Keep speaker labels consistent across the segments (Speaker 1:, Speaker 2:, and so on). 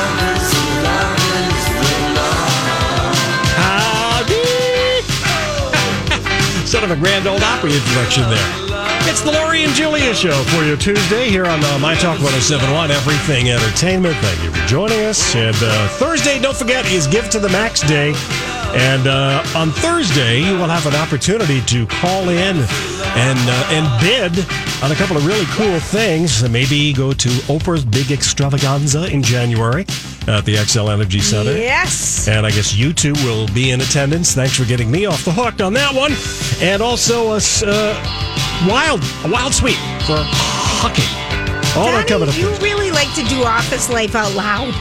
Speaker 1: Sort of a grand old opera introduction there. It's the Lori and Julia show for your Tuesday here on uh, My Talk 1071, Everything Entertainment. Thank you for joining us. And uh, Thursday, don't forget, is Give to the Max Day. And uh, on Thursday, you will have an opportunity to call in and uh, and bid on a couple of really cool things. Maybe go to Oprah's Big Extravaganza in January at the XL Energy Center.
Speaker 2: Yes.
Speaker 1: And I guess you two will be in attendance. Thanks for getting me off the hook on that one. And also a s- uh, wild, a wild sweep for hockey. All that
Speaker 2: Donnie,
Speaker 1: coming up.
Speaker 2: you really like to do office life out loud.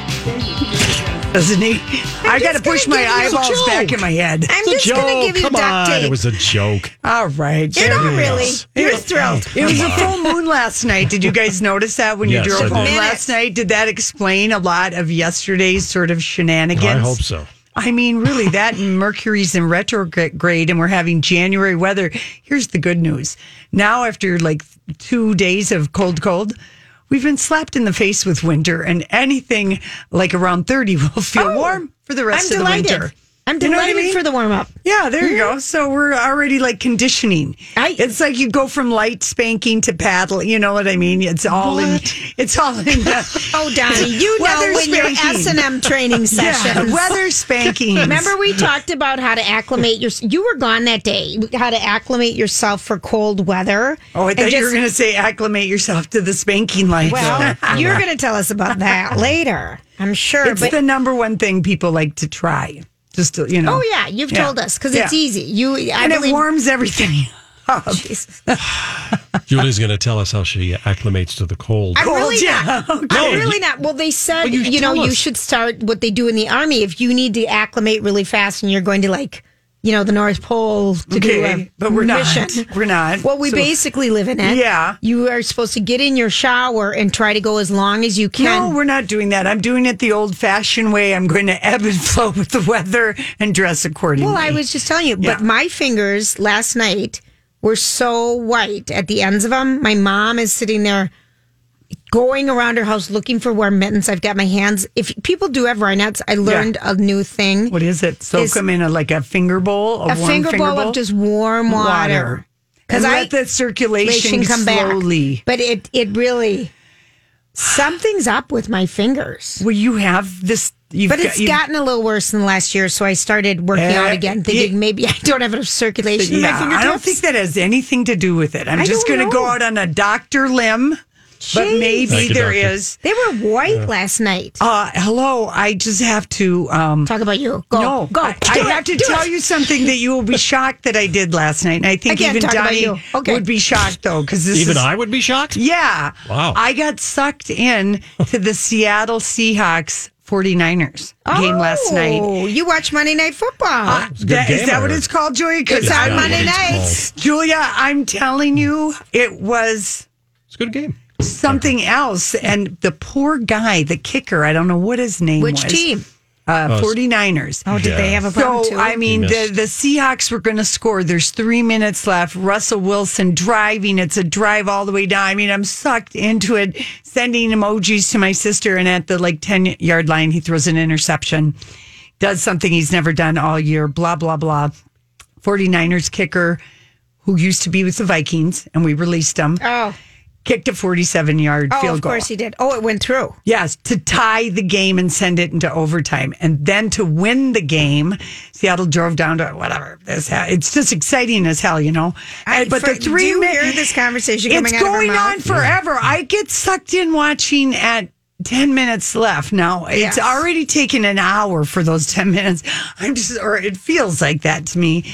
Speaker 3: doesn't he? I got to
Speaker 2: just
Speaker 3: push
Speaker 2: gonna
Speaker 3: my
Speaker 2: give you-
Speaker 3: eyeballs back in my head.
Speaker 2: I'm
Speaker 1: It's
Speaker 2: just
Speaker 1: a joke.
Speaker 2: gonna give you
Speaker 1: Come
Speaker 2: duct
Speaker 1: on,
Speaker 2: tape.
Speaker 1: it was a joke.
Speaker 3: All right.
Speaker 2: You're not
Speaker 3: Jerry.
Speaker 2: really. You're thrilled.
Speaker 3: It was a full moon last night. Did you guys notice that when
Speaker 1: Yes,
Speaker 3: you
Speaker 1: I
Speaker 3: drove home
Speaker 1: did.
Speaker 3: last night? Did that explain a lot of yesterday's sort of shenanigans?
Speaker 1: I hope so.
Speaker 3: I mean, really, that and Mercury's in retrograde, and we're having January weather. Here's the good news. Now, after like two days of cold, cold, we've been slapped in the face with winter, and anything like around 30 will feel
Speaker 2: Oh,
Speaker 3: warm for the rest
Speaker 2: I'm
Speaker 3: of
Speaker 2: delighted.
Speaker 3: the winter.
Speaker 2: I'm
Speaker 3: You know what I
Speaker 2: delighted
Speaker 3: mean?
Speaker 2: for the warm up.
Speaker 3: Yeah, there you go. So we're already like conditioning.
Speaker 2: I-
Speaker 3: it's like you go from light spanking to paddle. You know what I mean? It's all in. It's all in. The,
Speaker 2: Oh, Donnie, you know
Speaker 3: Weather
Speaker 2: when your
Speaker 3: spanking.
Speaker 2: S and M training
Speaker 3: yeah,
Speaker 2: sessions.
Speaker 3: weather spanking.
Speaker 2: Remember, we talked about how to acclimate your. You were gone that day. How to acclimate yourself for cold weather.
Speaker 3: Oh, I
Speaker 2: and
Speaker 3: thought you were
Speaker 2: just-
Speaker 3: going to say acclimate yourself to the spanking life.
Speaker 2: Well, you're going to tell us about that later. I'm sure.
Speaker 3: it's
Speaker 2: but
Speaker 3: the number one thing people like to try. Just to, you know.
Speaker 2: oh yeah, you've told us because it's
Speaker 3: Yeah.
Speaker 2: easy. You, I
Speaker 3: and
Speaker 2: believe.
Speaker 3: it warms everything. up.
Speaker 2: Jesus.
Speaker 1: Julie's going to tell us how she acclimates to the cold.
Speaker 2: I'm really
Speaker 3: yeah.
Speaker 2: not.
Speaker 1: No,
Speaker 2: I'm really
Speaker 1: you-
Speaker 2: not. Well, they said
Speaker 1: Well, you
Speaker 2: you, know
Speaker 1: tell
Speaker 2: you
Speaker 1: us.
Speaker 2: should start what they do in the army if you need to acclimate really fast and you're going to like you know the North Pole to do
Speaker 3: Okay,
Speaker 2: a
Speaker 3: but we're not.
Speaker 2: mission.
Speaker 3: We're not.
Speaker 2: Well, we
Speaker 3: So-
Speaker 2: basically live in it.
Speaker 3: Yeah.
Speaker 2: you are supposed to get in your shower and try to go as long as you can.
Speaker 3: No, we're not doing that. I'm doing it the old fashioned way. I'm going to ebb and flow with the weather and dress accordingly.
Speaker 2: Well, I was just telling you,
Speaker 3: Mm. Yeah.
Speaker 2: but my fingers last night were so white at the ends of them. My mom is sitting there going around her house looking for warm mittens. I've got my hands. If people do have rhinets, I learned a new thing.
Speaker 3: What is it? Soak
Speaker 2: Is-
Speaker 3: them in a, like a finger bowl, a,
Speaker 2: a
Speaker 3: warm
Speaker 2: finger bowl of just warm water.
Speaker 3: Because
Speaker 2: I-
Speaker 3: let the circulation
Speaker 2: Relation come
Speaker 3: slowly.
Speaker 2: back. But it it really something's up with my fingers.
Speaker 3: Well, you have this. You've
Speaker 2: But it's
Speaker 3: you've-
Speaker 2: gotten a little worse than last year, so I started working
Speaker 3: Eh,
Speaker 2: out again, thinking
Speaker 3: yeah.
Speaker 2: maybe I don't have enough circulation. in my
Speaker 3: Yeah, I don't
Speaker 2: fingertips.
Speaker 3: think that has anything to do with it. I'm
Speaker 2: I
Speaker 3: just
Speaker 2: don't
Speaker 3: going to go
Speaker 2: know.
Speaker 3: out on a doctor limb, but
Speaker 2: Jeez.
Speaker 3: maybe
Speaker 1: Thank you,
Speaker 3: there
Speaker 1: doctor.
Speaker 3: is.
Speaker 2: They were white last night.
Speaker 3: Uh, hello, I just have to. Um,
Speaker 2: Talk about you. Go.
Speaker 3: no,
Speaker 2: Go.
Speaker 3: I, I
Speaker 2: Do it.
Speaker 3: have to
Speaker 2: Do
Speaker 3: tell
Speaker 2: it.
Speaker 3: you something that you will be shocked that I did last night, and I think
Speaker 2: Again,
Speaker 3: even
Speaker 2: talk about
Speaker 3: Donnie
Speaker 2: you. Okay.
Speaker 3: would be shocked though, because this
Speaker 1: Even
Speaker 3: is
Speaker 1: I would be shocked.
Speaker 3: yeah.
Speaker 1: Wow.
Speaker 3: I got sucked in to the Seattle Seahawks 49ers game last night.
Speaker 2: Oh, you watch Monday Night Football.
Speaker 3: Uh,
Speaker 1: a good
Speaker 3: that- is
Speaker 1: game,
Speaker 3: that what
Speaker 1: or-
Speaker 3: it's called, Joy? Because
Speaker 2: It's on
Speaker 3: I'm
Speaker 2: Monday
Speaker 1: what it's
Speaker 2: nights.
Speaker 3: Julia, I'm telling you, it was
Speaker 1: called. It's a good game.
Speaker 3: something else. And the poor guy, the kicker, I don't know what his name
Speaker 2: Which
Speaker 3: was.
Speaker 2: team?
Speaker 3: Uh, 49ers.
Speaker 2: Oh, did they
Speaker 1: Yeah.
Speaker 2: have a problem
Speaker 3: So
Speaker 2: too?
Speaker 3: I mean,
Speaker 1: He
Speaker 3: the
Speaker 1: missed.
Speaker 3: the Seahawks were going to score. There's three minutes left. Russell Wilson driving. It's a drive all the way down. I mean, I'm sucked into it. Sending emojis to my sister, and at the like ten yard line, he throws an interception. Does something he's never done all year. Blah blah blah. 49ers kicker who used to be with the Vikings, and we released him.
Speaker 2: oh,
Speaker 3: Kicked a 47 yard
Speaker 2: oh
Speaker 3: field
Speaker 2: of
Speaker 3: goal.
Speaker 2: course he did. Oh, it went through.
Speaker 3: Yes, to tie the game and send it into overtime. And then to win the game, Seattle drove down to whatever. This ha- It's just exciting as hell, you know?
Speaker 2: I-
Speaker 3: And- but
Speaker 2: for-
Speaker 3: the three
Speaker 2: do you
Speaker 3: min-
Speaker 2: hear this conversation
Speaker 3: It's
Speaker 2: coming out of her
Speaker 3: going on
Speaker 2: mouth?
Speaker 3: forever. I get sucked in watching at 10 minutes left. Now, it's
Speaker 2: Yes.
Speaker 3: already taken an hour for those 10 minutes. I'm just, or it feels like that to me.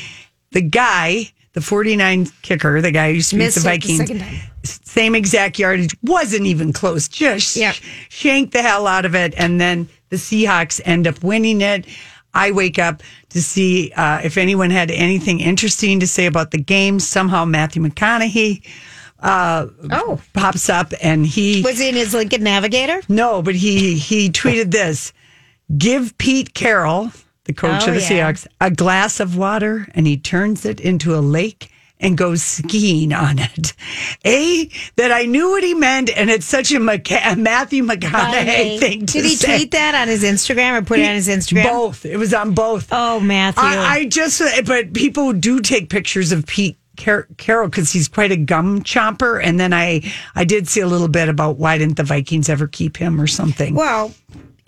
Speaker 3: The guy, the 49 kicker, the guy who
Speaker 2: Missed
Speaker 3: beat the
Speaker 2: it the
Speaker 3: Vikings,
Speaker 2: second time.
Speaker 3: same exact yardage, wasn't even close, just
Speaker 2: Yep.
Speaker 3: shanked the hell out of it. And then the Seahawks end up winning it. I wake up to see uh, if anyone had anything interesting to say about the game. Somehow, Matthew McConaughey
Speaker 2: Oh,
Speaker 3: pops up and he.
Speaker 2: was he in his Lincoln Navigator?
Speaker 3: No, but he he tweeted this: "Give Pete Carroll, the coach
Speaker 2: Oh,
Speaker 3: of the
Speaker 2: yeah.
Speaker 3: Seahawks, a glass of water, and he turns it into a lake." And goes skiing on it. A that I knew what he meant, and it's such a, Maca- a Matthew McConaughey thing to
Speaker 2: Did he
Speaker 3: say.
Speaker 2: tweet that on his Instagram or put it on his Instagram?
Speaker 3: Both. It was on both.
Speaker 2: Oh, Matthew.
Speaker 3: I, I just, uh, but people do take pictures of Pete Car- Carroll because he's quite a gum chomper. And then I, I did see a little bit about why didn't the Vikings ever keep him or something.
Speaker 2: well,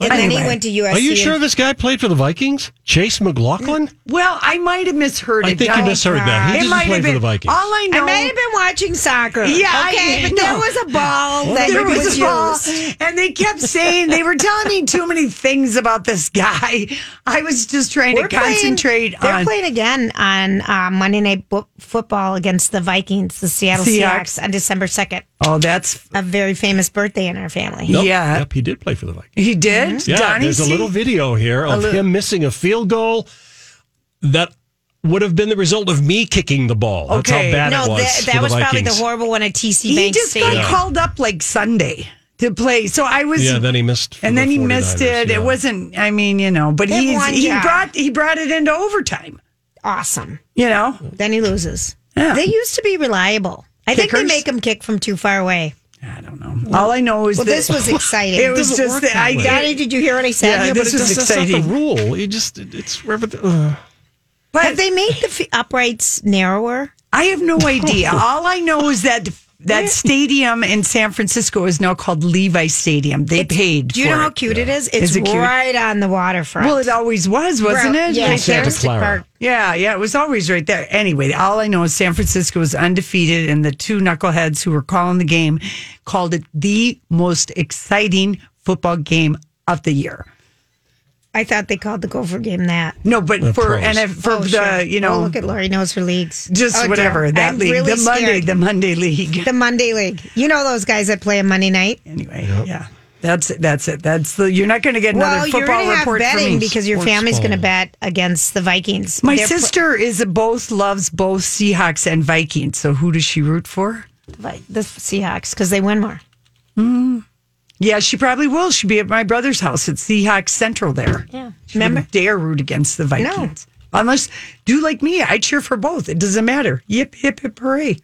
Speaker 2: and then he
Speaker 3: Anyway.
Speaker 2: went to USC.
Speaker 1: Are you sure
Speaker 2: and-
Speaker 1: this guy played for the Vikings? Chase McLaughlin?
Speaker 3: Well, I might have misheard
Speaker 1: I
Speaker 3: it.
Speaker 1: think you misheard that. He
Speaker 3: it
Speaker 1: didn't
Speaker 3: might
Speaker 1: play
Speaker 3: have
Speaker 1: for
Speaker 3: been.
Speaker 1: the Vikings.
Speaker 3: All I
Speaker 2: I
Speaker 3: know.
Speaker 2: may have been watching soccer.
Speaker 3: Yeah, I-
Speaker 2: okay, but there
Speaker 3: no.
Speaker 2: was a ball that
Speaker 3: there
Speaker 2: was,
Speaker 3: was a ball,
Speaker 2: used.
Speaker 3: and they kept saying they were telling me too many things about this guy. I was just trying to
Speaker 2: playing,
Speaker 3: concentrate on
Speaker 2: They're playing again on uh, Monday Night Bo- Football against the Vikings, the Seattle
Speaker 3: Seahawks.
Speaker 2: Seahawks, on December second.
Speaker 3: Oh, that's
Speaker 2: A very famous birthday in our family.
Speaker 1: Nope.
Speaker 3: Yeah.
Speaker 1: Yep, he did play for the Vikings.
Speaker 3: he did.
Speaker 1: Mm-hmm. Yeah,
Speaker 3: Donnie
Speaker 1: there's a
Speaker 3: C?
Speaker 1: little video here of him missing a field goal that would have been the result of me kicking the ball. That's how
Speaker 3: Okay.
Speaker 1: bad
Speaker 2: No,
Speaker 1: it was.
Speaker 2: that,
Speaker 1: for
Speaker 2: that
Speaker 1: the
Speaker 2: was probably the
Speaker 1: Vikings.
Speaker 2: horrible one at TC
Speaker 3: He
Speaker 2: Bank
Speaker 3: just
Speaker 2: Stadium.
Speaker 3: got called up like Sunday to play. So I was
Speaker 1: Yeah, then he missed. for
Speaker 3: and
Speaker 1: the
Speaker 3: then he missed
Speaker 1: 49ers,
Speaker 3: it.
Speaker 1: yeah.
Speaker 3: It wasn't. I mean, you know, but
Speaker 2: They
Speaker 3: he's,
Speaker 2: won,
Speaker 3: he
Speaker 2: yeah.
Speaker 3: brought he brought it into overtime.
Speaker 2: awesome.
Speaker 3: You know,
Speaker 2: Then he loses.
Speaker 3: Yeah.
Speaker 2: They used to be reliable. I think they
Speaker 3: Kickers?
Speaker 2: make him kick from too far away.
Speaker 3: I don't know. All I know is
Speaker 2: Well,
Speaker 3: that
Speaker 2: this was exciting.
Speaker 3: It was
Speaker 1: Doesn't
Speaker 3: just
Speaker 1: work
Speaker 3: that
Speaker 1: that
Speaker 3: I
Speaker 1: way.
Speaker 2: Daddy, did you hear what I said?
Speaker 3: Yeah,
Speaker 1: Yeah,
Speaker 3: this
Speaker 1: but it
Speaker 3: was
Speaker 1: does-
Speaker 3: exciting.
Speaker 1: That's not the rule. You just it- it's wherever. the- uh.
Speaker 2: Have they made the f- uprights narrower?
Speaker 3: I have no idea. All I know is that that stadium in San Francisco is now called Levi Stadium. They paid.
Speaker 2: Do you
Speaker 3: for
Speaker 2: know how
Speaker 3: it.
Speaker 2: cute it is? It's
Speaker 3: Is it cute?
Speaker 2: right on the waterfront.
Speaker 3: Well, it always was, wasn't it?
Speaker 2: Yeah,
Speaker 3: Right
Speaker 1: Santa
Speaker 3: there.
Speaker 2: Thursday
Speaker 1: Clara.
Speaker 2: Park.
Speaker 3: Yeah, yeah, it was always right there. Anyway, all I know is San Francisco was undefeated, and the two knuckleheads who were calling the game called it the most exciting football game of the year.
Speaker 2: I thought they called the Gopher game that.
Speaker 3: No, but
Speaker 1: The
Speaker 3: for
Speaker 1: pros.
Speaker 3: and if, for
Speaker 2: Oh,
Speaker 3: the
Speaker 2: sure.
Speaker 3: you know
Speaker 2: Oh, look at Lori knows her leagues.
Speaker 3: just
Speaker 2: Oh, dear.
Speaker 3: whatever that
Speaker 2: I'm
Speaker 3: league,
Speaker 2: really
Speaker 3: the Monday,
Speaker 2: scared.
Speaker 3: the Monday league.
Speaker 2: the Monday league. You know those guys that play on Monday night.
Speaker 3: Anyway, yeah, that's it. That's it. That's the. You're not going to get another
Speaker 2: well, you're
Speaker 3: football
Speaker 2: going to have
Speaker 3: report from
Speaker 2: betting
Speaker 3: me.
Speaker 2: because your
Speaker 1: Sports
Speaker 2: family's going to
Speaker 1: ball.
Speaker 2: bet against the Vikings.
Speaker 3: my
Speaker 2: They're pl-
Speaker 3: sister is both loves both Seahawks and Vikings. So who does she root for?
Speaker 2: Vi- the Seahawks because they win more.
Speaker 3: Yeah, she probably will. She'll be at my brother's house at Seahawks Central there.
Speaker 2: Yeah.
Speaker 3: She Remember? Wouldn't dare root against the Vikings. Unless, do like me, I cheer for both. It doesn't matter. Yip, hip, hip, hooray.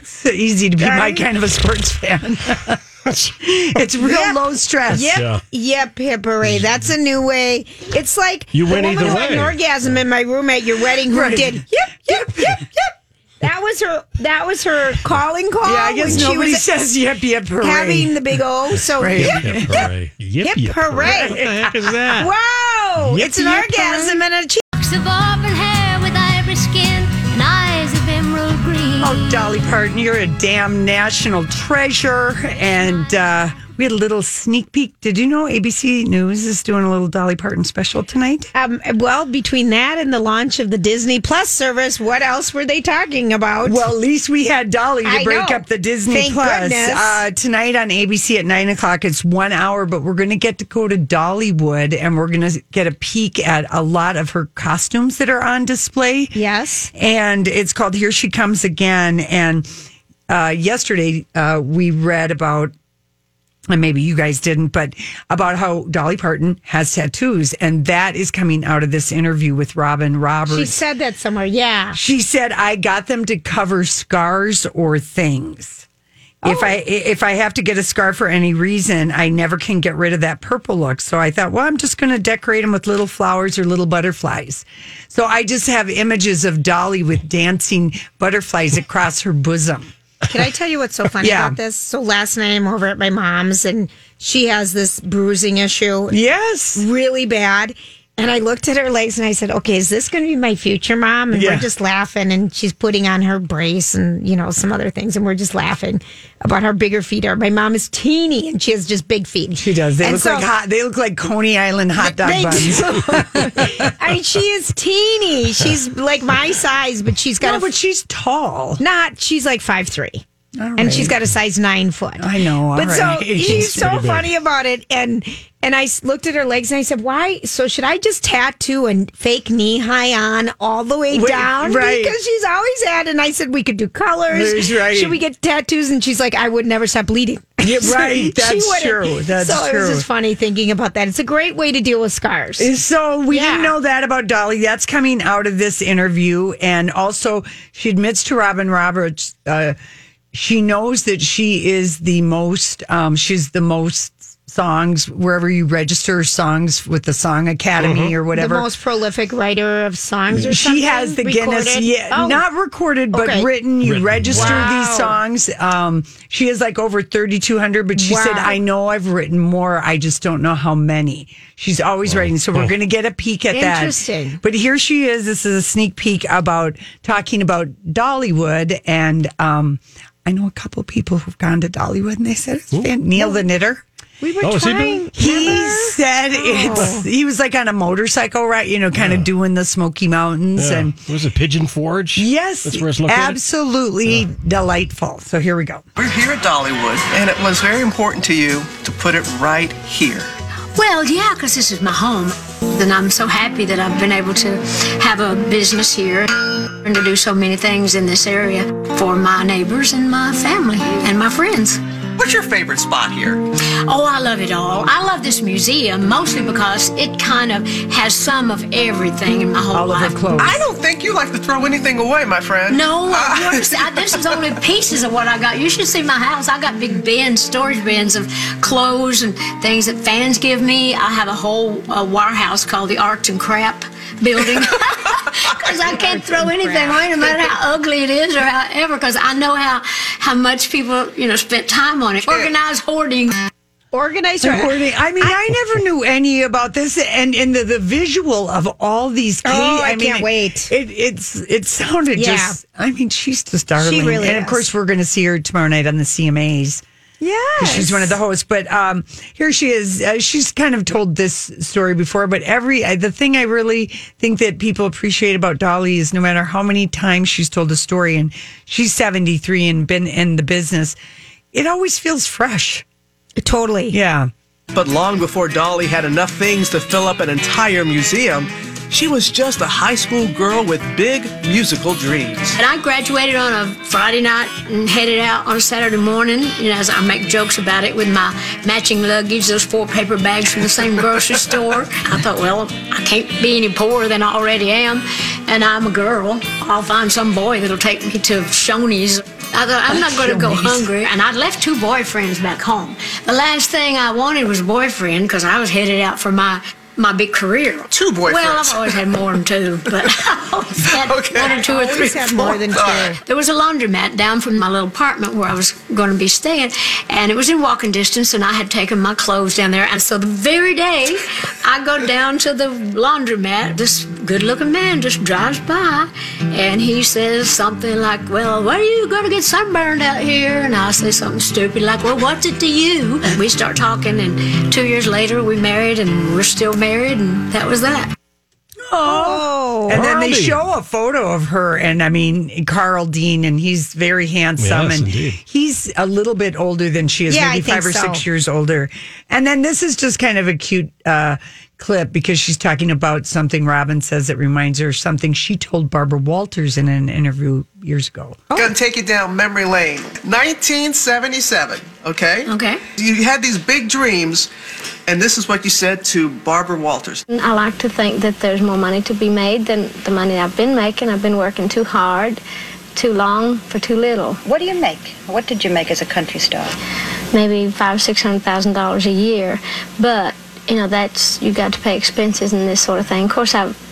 Speaker 3: It's easy to be my kind of a sports fan. it's real
Speaker 2: Yep.
Speaker 3: low stress.
Speaker 2: Yep,
Speaker 1: Yeah.
Speaker 2: yep, hip hooray. That's a new way. It's like
Speaker 1: You
Speaker 2: the
Speaker 1: win
Speaker 2: woman
Speaker 1: either
Speaker 2: who had an
Speaker 1: way.
Speaker 2: orgasm in my room at your wedding who
Speaker 3: Right.
Speaker 2: did yep, yep, yep, yep. That was her. That was her calling call.
Speaker 3: Yeah, I
Speaker 2: Oh,
Speaker 3: guess
Speaker 2: when she
Speaker 3: nobody
Speaker 2: was
Speaker 3: says yip, yip, hooray.
Speaker 2: having the big O. So
Speaker 3: Right.
Speaker 2: yep,
Speaker 1: Yep, hooray. Yep,
Speaker 2: yep,
Speaker 1: yep,
Speaker 2: hooray.
Speaker 1: What the heck is that?
Speaker 2: Wow!
Speaker 1: Yep,
Speaker 2: it's an
Speaker 1: yep,
Speaker 2: orgasm and a cheek.
Speaker 4: Locks of auburn hair with ivory skin and eyes of emerald green.
Speaker 3: Oh, Dolly Parton, you're a damn national treasure. And uh, we had a little sneak peek. Did you know ABC News is doing a little Dolly Parton special tonight?
Speaker 2: Um, well, between that and the launch of the Disney Plus service, what else were they talking about?
Speaker 3: Well, at least we had Dolly to
Speaker 2: I
Speaker 3: break
Speaker 2: know.
Speaker 3: up the Disney
Speaker 2: Thank
Speaker 3: Plus
Speaker 2: goodness.
Speaker 3: Uh, tonight on ABC at nine o'clock. It's one hour, but we're going to get to go to Dollywood and we're going to get a peek at a lot of her costumes that are on display.
Speaker 2: yes.
Speaker 3: And it's called Here She Comes Again. And uh, yesterday uh, we read about, and maybe you guys didn't, but about how Dolly Parton has tattoos. And that is coming out of this interview with Robin Roberts.
Speaker 2: She said that somewhere. Yeah.
Speaker 3: She said, "I got them to cover scars or things. If
Speaker 2: Oh.
Speaker 3: I if I have to get a scar for any reason, I never can get rid of that purple look. So I thought, well, I'm just going to decorate them with little flowers or little butterflies. So I just have images of Dolly with dancing butterflies across her bosom.
Speaker 2: Can I tell you what's so funny
Speaker 3: Yeah.
Speaker 2: about this? So last night I'm over at my mom's and she has this bruising issue,
Speaker 3: Yes,
Speaker 2: really bad. And I looked at her legs and I said, okay, is this going to be my future mom? And
Speaker 1: Yeah.
Speaker 2: we're just laughing. And she's putting on her brace and, you know, some other things. And we're just laughing about how big her feet are. My mom is teeny and she has just big feet.
Speaker 3: She does. They
Speaker 2: And
Speaker 3: look
Speaker 2: so-
Speaker 3: like hot. They look like Coney Island hot dog
Speaker 2: They
Speaker 3: buns.
Speaker 2: do. I mean, she is teeny. She's like my size, but she's got
Speaker 3: No,
Speaker 2: a
Speaker 3: but she's tall.
Speaker 2: not she's like five three
Speaker 3: right.
Speaker 2: and she's got a size nine foot
Speaker 3: I know, all
Speaker 2: but
Speaker 3: right.
Speaker 2: so she's
Speaker 1: She's
Speaker 2: so
Speaker 1: pretty big.
Speaker 2: funny about it and and i s- looked at her legs and i said why so should i just tattoo and fake knee high on all the way
Speaker 3: Wait,
Speaker 2: down
Speaker 3: right.
Speaker 2: because she's always had and i said we could do colors
Speaker 3: That's right.
Speaker 2: should we get tattoos and she's like i would never stop bleeding
Speaker 3: Yeah,
Speaker 2: So
Speaker 3: right.
Speaker 2: she
Speaker 3: That's
Speaker 2: wouldn't.
Speaker 3: true. That's
Speaker 2: so it was
Speaker 3: true.
Speaker 2: just funny thinking about that it's a great way to deal with scars
Speaker 3: So we
Speaker 2: Yeah.
Speaker 3: didn't know that about Dolly. That's coming out of this interview, and also she admits to Robin Roberts uh, she knows that she is the most. Um, she's the most songs wherever you register songs with the Song Academy or
Speaker 2: Mm-hmm. the
Speaker 3: whatever.
Speaker 2: most prolific writer of songs or something
Speaker 3: she has the Guinness,
Speaker 2: recorded?
Speaker 3: yeah,
Speaker 2: Oh.
Speaker 3: not recorded but
Speaker 2: Okay.
Speaker 3: written. You
Speaker 1: Written.
Speaker 3: register
Speaker 2: Wow.
Speaker 3: these songs. Um, she has like over thirty two hundred, but she said,
Speaker 2: Wow.
Speaker 3: "I know I've written more. I just don't know how many." She's always writing, so we're going to get a peek at that.
Speaker 2: Interesting.
Speaker 3: But here she is. This is a sneak peek about talking about Dollywood, and um, I know a couple people who've gone to Dollywood, and they said it's fan- Neil the Knitter.
Speaker 2: we were
Speaker 1: Oh, is he
Speaker 2: trying
Speaker 3: He
Speaker 2: remember?
Speaker 3: said it's he was like on a motorcycle, right? You know, kind of doing the Smoky Mountains
Speaker 1: Yeah.
Speaker 3: and
Speaker 1: What is it, Pigeon Forge?
Speaker 3: yes,
Speaker 1: That's where it's located?
Speaker 3: absolutely delightful. So here we go.
Speaker 5: We're here at Dollywood, and it was very important to you to put it right here.
Speaker 6: Well, yeah, 'cause this is my home. And I'm so happy that I've been able to have a business here and to do so many things in this area for my neighbors and my family and my friends.
Speaker 5: What's your favorite spot here?
Speaker 6: Oh, I love it all. I love this museum mostly because it kind of has some of everything in my whole
Speaker 3: All of her
Speaker 6: life.
Speaker 3: clothes.
Speaker 5: I don't think you like to throw anything away, my friend.
Speaker 6: Oh. No, I
Speaker 5: Ah.
Speaker 6: noticed- I- this is only pieces of what I got. You should see my house. I got big bins, storage bins of clothes and things that fans give me. I have a whole uh, warehouse called the Arts and Crap building. Because I can't throw anything away, no matter how ugly it is or however, because I know how, how much people, you know, spent time on it. Organized hoarding.
Speaker 2: organized
Speaker 3: It's recording. I mean, I, never knew any about this, and and the, the visual of all these.
Speaker 2: Oh,
Speaker 3: pa-
Speaker 2: I
Speaker 3: mean,
Speaker 2: can't wait.
Speaker 3: It, it's it sounded
Speaker 2: Yeah.
Speaker 3: just. I mean, she's just darling.
Speaker 2: really
Speaker 3: and of
Speaker 2: is.
Speaker 3: course, we're going to see her tomorrow night on the CMAs.
Speaker 2: Yeah,
Speaker 3: She's one of the hosts, but um, here she is. Uh, she's kind of told this story before, but every I the thing I really think that people appreciate about Dolly is no matter how many times she's told a story, and she's seventy three and been in the business, it always feels fresh.
Speaker 2: totally.
Speaker 3: Yeah,
Speaker 5: But long before Dolly had enough things to fill up an entire museum, she was just a high school girl with big musical dreams.
Speaker 6: And I graduated on a Friday night and headed out on a Saturday morning. You know, as I make jokes about it with my matching luggage, those four paper bags from the same grocery store. I thought, well, I can't be any poorer than I already am, and I'm a girl. I'll find some boy that'll take me to Shoney's. I thought, I'm not going to go hungry, and I'd left two boyfriends back home. The last thing I wanted was a boyfriend because I was headed out for my my big career.
Speaker 5: Two boyfriends.
Speaker 6: Well, I've always had more than two, but I always had
Speaker 5: Okay.
Speaker 6: one or two or
Speaker 2: Always
Speaker 6: three.
Speaker 2: have more than two.
Speaker 6: There was a laundromat down from my little apartment where I was going to be staying, and it was in walking distance, and I had taken my clothes down there. And so the very day I go down to the laundromat, this good looking man just drives by, and he says something like, Well, what are you going to get sunburned out here? And I say something stupid like, Well, what's it to you? And we start talking, and two years later, we married, and we're still married, and that was that.
Speaker 2: Oh,
Speaker 3: and then they
Speaker 1: Dolly.
Speaker 3: show a photo of her, and I mean Carl Dean, and he's very handsome,
Speaker 1: Yes,
Speaker 3: and
Speaker 1: indeed.
Speaker 3: he's a little bit older than she is,
Speaker 2: Yeah,
Speaker 3: maybe
Speaker 2: I think
Speaker 3: five or
Speaker 2: so.
Speaker 3: six years older. And then this is just kind of a cute uh, clip because she's talking about something Robin says that reminds her of something she told Barbara Walters in an interview years ago.
Speaker 5: Gonna take you down memory lane. 1977, okay?
Speaker 6: Okay.
Speaker 5: You had these big dreams, and this is what you said to Barbara Walters.
Speaker 7: I like to think that there's more money to be made than the money I've been making. I've been working too hard, too long for too little.
Speaker 8: What do you make? What did you make as a country star?
Speaker 7: Maybe five, six hundred thousand dollars a year. But, you know, that's you got to pay expenses and this sort of thing. Of course I've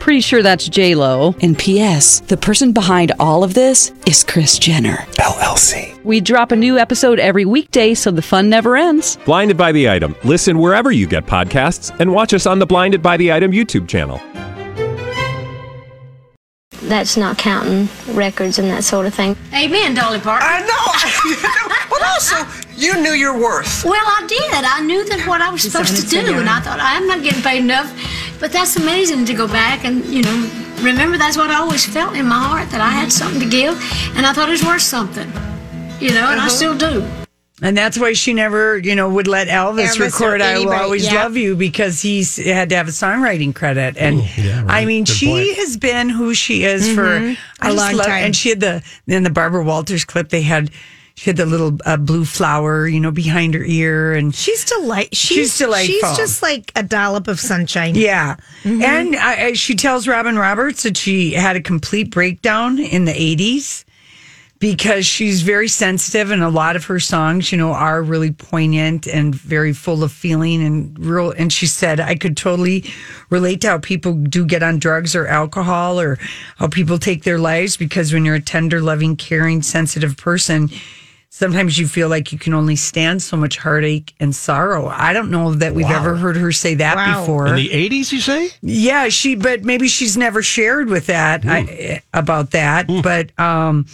Speaker 9: Pretty sure that's J Lo. And P.S. The person behind all of this is Chris Jenner LLC. We drop a new episode every weekday, so the fun never ends.
Speaker 1: Blinded by the Item. Listen wherever you get podcasts, and watch us on the Blinded by the Item YouTube channel.
Speaker 7: That's not counting records and that sort of thing.
Speaker 6: Amen, Dolly Parton. I
Speaker 5: know. but also, you knew your worth.
Speaker 6: Well, I did. I knew that what I was supposed to do, and I thought I'm not getting paid enough. But that's amazing to go back and you know remember that's what I always felt in my heart that I had something to give, and I thought it was worth something. You know, and I
Speaker 3: Uh-huh.
Speaker 6: still do.
Speaker 3: And that's why she never, you know, would let Elvis,
Speaker 6: Elvis or
Speaker 3: record "I Will
Speaker 6: anybody,
Speaker 3: Always
Speaker 6: yeah.
Speaker 3: Love You" because he s- had to have a songwriting credit. And I mean, she has been who she is
Speaker 6: Mm-hmm.
Speaker 2: Mhm.
Speaker 3: for I
Speaker 2: A
Speaker 3: just
Speaker 2: long
Speaker 3: love-
Speaker 2: time.
Speaker 3: And she had the in the Barbara Walters clip, they had she had the little uh, blue flower, you know, behind her ear, and
Speaker 2: she's delight. She's,
Speaker 3: she's delightful.
Speaker 2: She's just like a dollop of sunshine.
Speaker 3: Yeah. And I, I, she tells Robin Roberts that she had a complete breakdown in the 80s because she's very sensitive and a lot of her songs, you know, are really poignant and very full of feeling and real. And she said, I could totally relate to how people do get on drugs or alcohol or how people take their lives because when you're a tender, loving, caring, sensitive person, sometimes you feel like you can only stand so much heartache and sorrow. I don't know that we've
Speaker 10: Wow.
Speaker 3: ever heard her say that before.
Speaker 10: In the 80s, you say?
Speaker 3: Yeah, she, but maybe she's never shared with that I, about that. But um,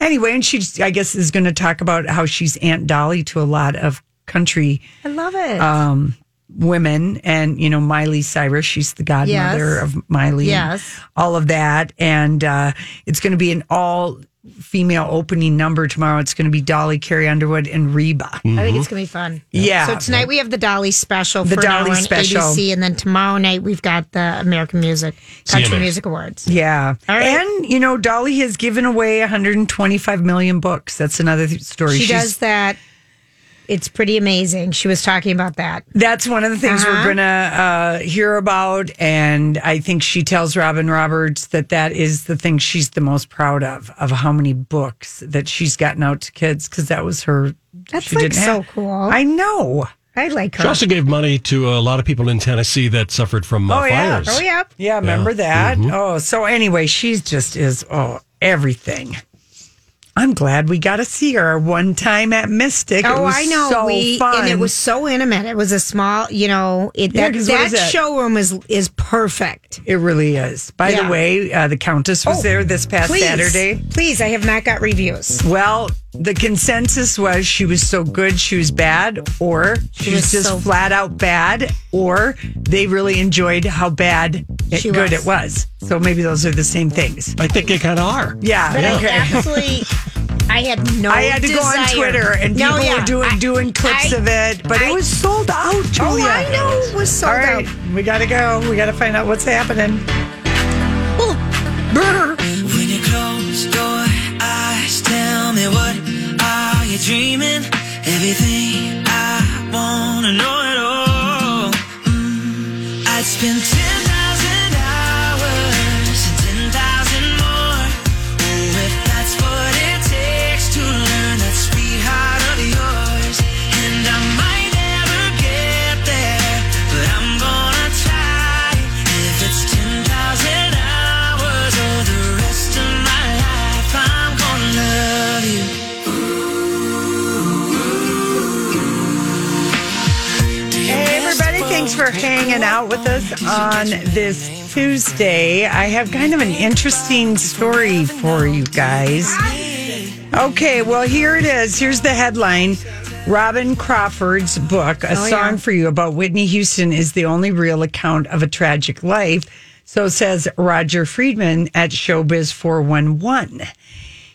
Speaker 3: anyway, and she, I guess, is going to talk about how she's Aunt Dolly to a lot of country
Speaker 2: I love it.
Speaker 3: um, women, and you know Miley Cyrus, she's the godmother
Speaker 2: Yes.
Speaker 3: of Miley. and
Speaker 2: Yes.
Speaker 3: all of that, and uh, it's going to be an all female opening number tomorrow. It's going to be Dolly, Carrie Underwood, and Reba.
Speaker 2: I think it's gonna be fun.
Speaker 3: mm-hmm. Yeah.
Speaker 2: So tonight we have the Dolly special.
Speaker 3: The
Speaker 2: for an hour
Speaker 3: Dolly
Speaker 2: on
Speaker 3: special.
Speaker 2: ABC, and then tomorrow night we've got the American Music Country
Speaker 3: CMA.
Speaker 2: Music Awards.
Speaker 3: Yeah.
Speaker 2: All right.
Speaker 3: And, you know, Dolly has given away 125 million books. That's another th- story.
Speaker 2: She
Speaker 3: She's-
Speaker 2: does that. It's pretty amazing. She was talking about that.
Speaker 3: That's one of the things
Speaker 2: Uh-huh.
Speaker 3: we're going to uh, hear about. And I think she tells Robin Roberts that that is the thing she's the most proud of, of how many books that she's gotten out to kids, because that was her.
Speaker 2: That's
Speaker 3: she
Speaker 2: like
Speaker 3: didn't
Speaker 2: so
Speaker 3: have-
Speaker 2: cool.
Speaker 3: I know.
Speaker 2: I like
Speaker 10: She
Speaker 3: Uh-huh.
Speaker 2: her.
Speaker 10: also gave money to a lot of people in Tennessee that suffered from uh,
Speaker 3: Oh, yeah.
Speaker 10: fires.
Speaker 3: Oh, yeah. Yeah, remember that? Oh, so anyway, she just is, oh, everything. I'm glad we got to see her one time at Mystic. it
Speaker 2: Oh,
Speaker 3: was
Speaker 2: I know.
Speaker 3: So
Speaker 2: we
Speaker 3: fun.
Speaker 2: and it was so intimate. It was a small, you know, it,
Speaker 3: Yeah,
Speaker 2: that,
Speaker 3: 'cause what
Speaker 2: that
Speaker 3: is that?
Speaker 2: showroom is is perfect.
Speaker 3: It really is. By
Speaker 2: Yeah.
Speaker 3: the way, uh, the Countess was
Speaker 2: Oh,
Speaker 3: there this past
Speaker 2: please,
Speaker 3: Saturday.
Speaker 2: Please, I have not got reviews.
Speaker 3: Well, the consensus was she was so good, she was bad, or she, was,
Speaker 2: was
Speaker 3: just
Speaker 2: so-
Speaker 3: flat out bad, or they really enjoyed how bad it,
Speaker 2: She
Speaker 3: good
Speaker 2: was.
Speaker 3: it was. So maybe those are the same things.
Speaker 10: I think they kind of are.
Speaker 3: Yeah.
Speaker 2: But
Speaker 3: okay.
Speaker 2: I actually, I had no.
Speaker 3: I had to go on
Speaker 2: desire.
Speaker 3: Twitter and
Speaker 2: No,
Speaker 3: people
Speaker 2: yeah.
Speaker 3: were doing
Speaker 2: I-
Speaker 3: doing clips
Speaker 2: I-
Speaker 3: of it, but
Speaker 2: I-
Speaker 3: it was sold out,
Speaker 2: Oh,
Speaker 3: Julia.
Speaker 2: I know it was sold
Speaker 3: All right,
Speaker 2: out.
Speaker 3: we gotta go. We gotta find out what's happening.
Speaker 11: When you close your eyes, tell me what are you dreaming? Everything I wanna know at all. Mm, I'd spend 10,000 hours and 10,000 more. Oh, if that's what it takes to learn that sweetheart of yours. And I might never get there, but I'm gonna try. If it's 10,000 hours or the rest of my life, I'm gonna love you.
Speaker 3: Hey, everybody, thanks for hanging out with us on this Tuesday. I have kind of an interesting story for you guys. Okay, well, here it is. Here's the headline Robin Crawford's book, A
Speaker 2: Oh, yeah.
Speaker 3: Song for You, about Whitney Houston, is the only real account of a tragic life. So says Roger Friedman at Showbiz 411.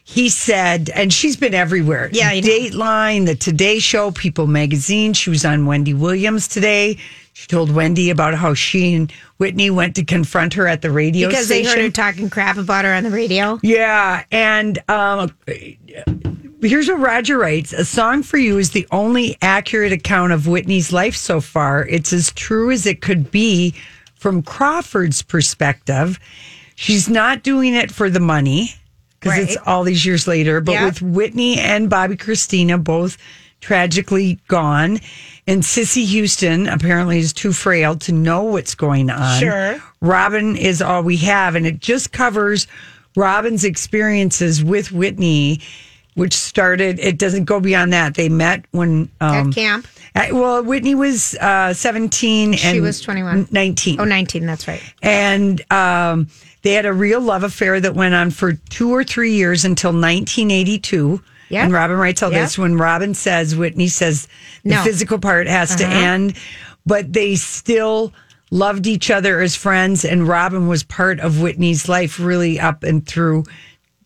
Speaker 3: He said, and she's been everywhere. Yeah. Dateline, The Today Show, People Magazine. She was on Wendy Williams today. She told Wendy about how she and Whitney went to confront her at the radio
Speaker 2: because they
Speaker 3: station.
Speaker 2: heard her talking crap about her on the radio.
Speaker 3: Yeah, and um, here's what Roger writes: "A song for you is the only accurate account of Whitney's life so far. It's as true as it could be from Crawford's perspective. She's not doing it for the money because it's all these years later. But
Speaker 2: Yeah.
Speaker 3: with Whitney and Bobby Christina both." Tragically gone, and Sissy Houston apparently is too frail to know what's going on.
Speaker 2: Sure.
Speaker 3: Robin is all we have, and it just covers Robin's experiences with Whitney, which started. It doesn't go beyond that. They met when um,
Speaker 2: At camp.
Speaker 3: at- well, Whitney was uh, seventeen, and
Speaker 2: she was 21.
Speaker 3: 19.
Speaker 2: Oh, 19, that's right.
Speaker 3: and um, they had a real love affair that went on for two or three years until 1982.
Speaker 2: Yeah.
Speaker 3: And Robin writes all
Speaker 2: Yeah.
Speaker 3: this when Robin says, Whitney says, the
Speaker 2: No.
Speaker 3: physical part has to
Speaker 2: Uh-huh.
Speaker 3: end, but they still loved each other as friends. And Robin was part of Whitney's life really up and through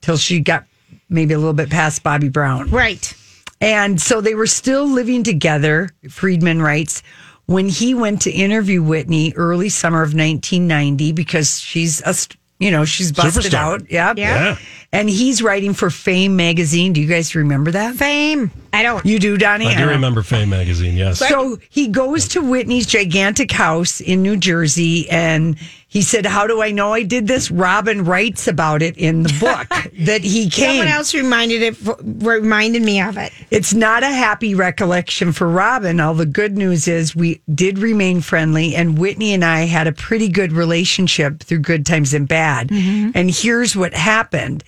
Speaker 3: till she got maybe a little bit past Bobby Brown.
Speaker 2: Right.
Speaker 3: And so they were still living together, Friedman writes, when he went to interview Whitney early summer of 1990 because she's a, st- you know, she's busted
Speaker 11: Superstar.
Speaker 3: out. Yep.
Speaker 11: Yeah.
Speaker 3: And he's writing for Fame magazine. Do you guys remember that?
Speaker 2: Fame. I don't.
Speaker 3: You do, Donnie?
Speaker 10: I do
Speaker 3: don't.
Speaker 10: remember Fame magazine. Yes.
Speaker 3: So he goes to Whitney's gigantic house in New Jersey and he said, How do I know I did this? Robin writes about it in the book that he came.
Speaker 2: Someone else reminded it reminded me of it.
Speaker 3: It's not a happy recollection for Robin. All the good news is we did remain friendly, and Whitney and I had a pretty good relationship through good times and bad.
Speaker 2: Mm-hmm.
Speaker 3: And here's what happened.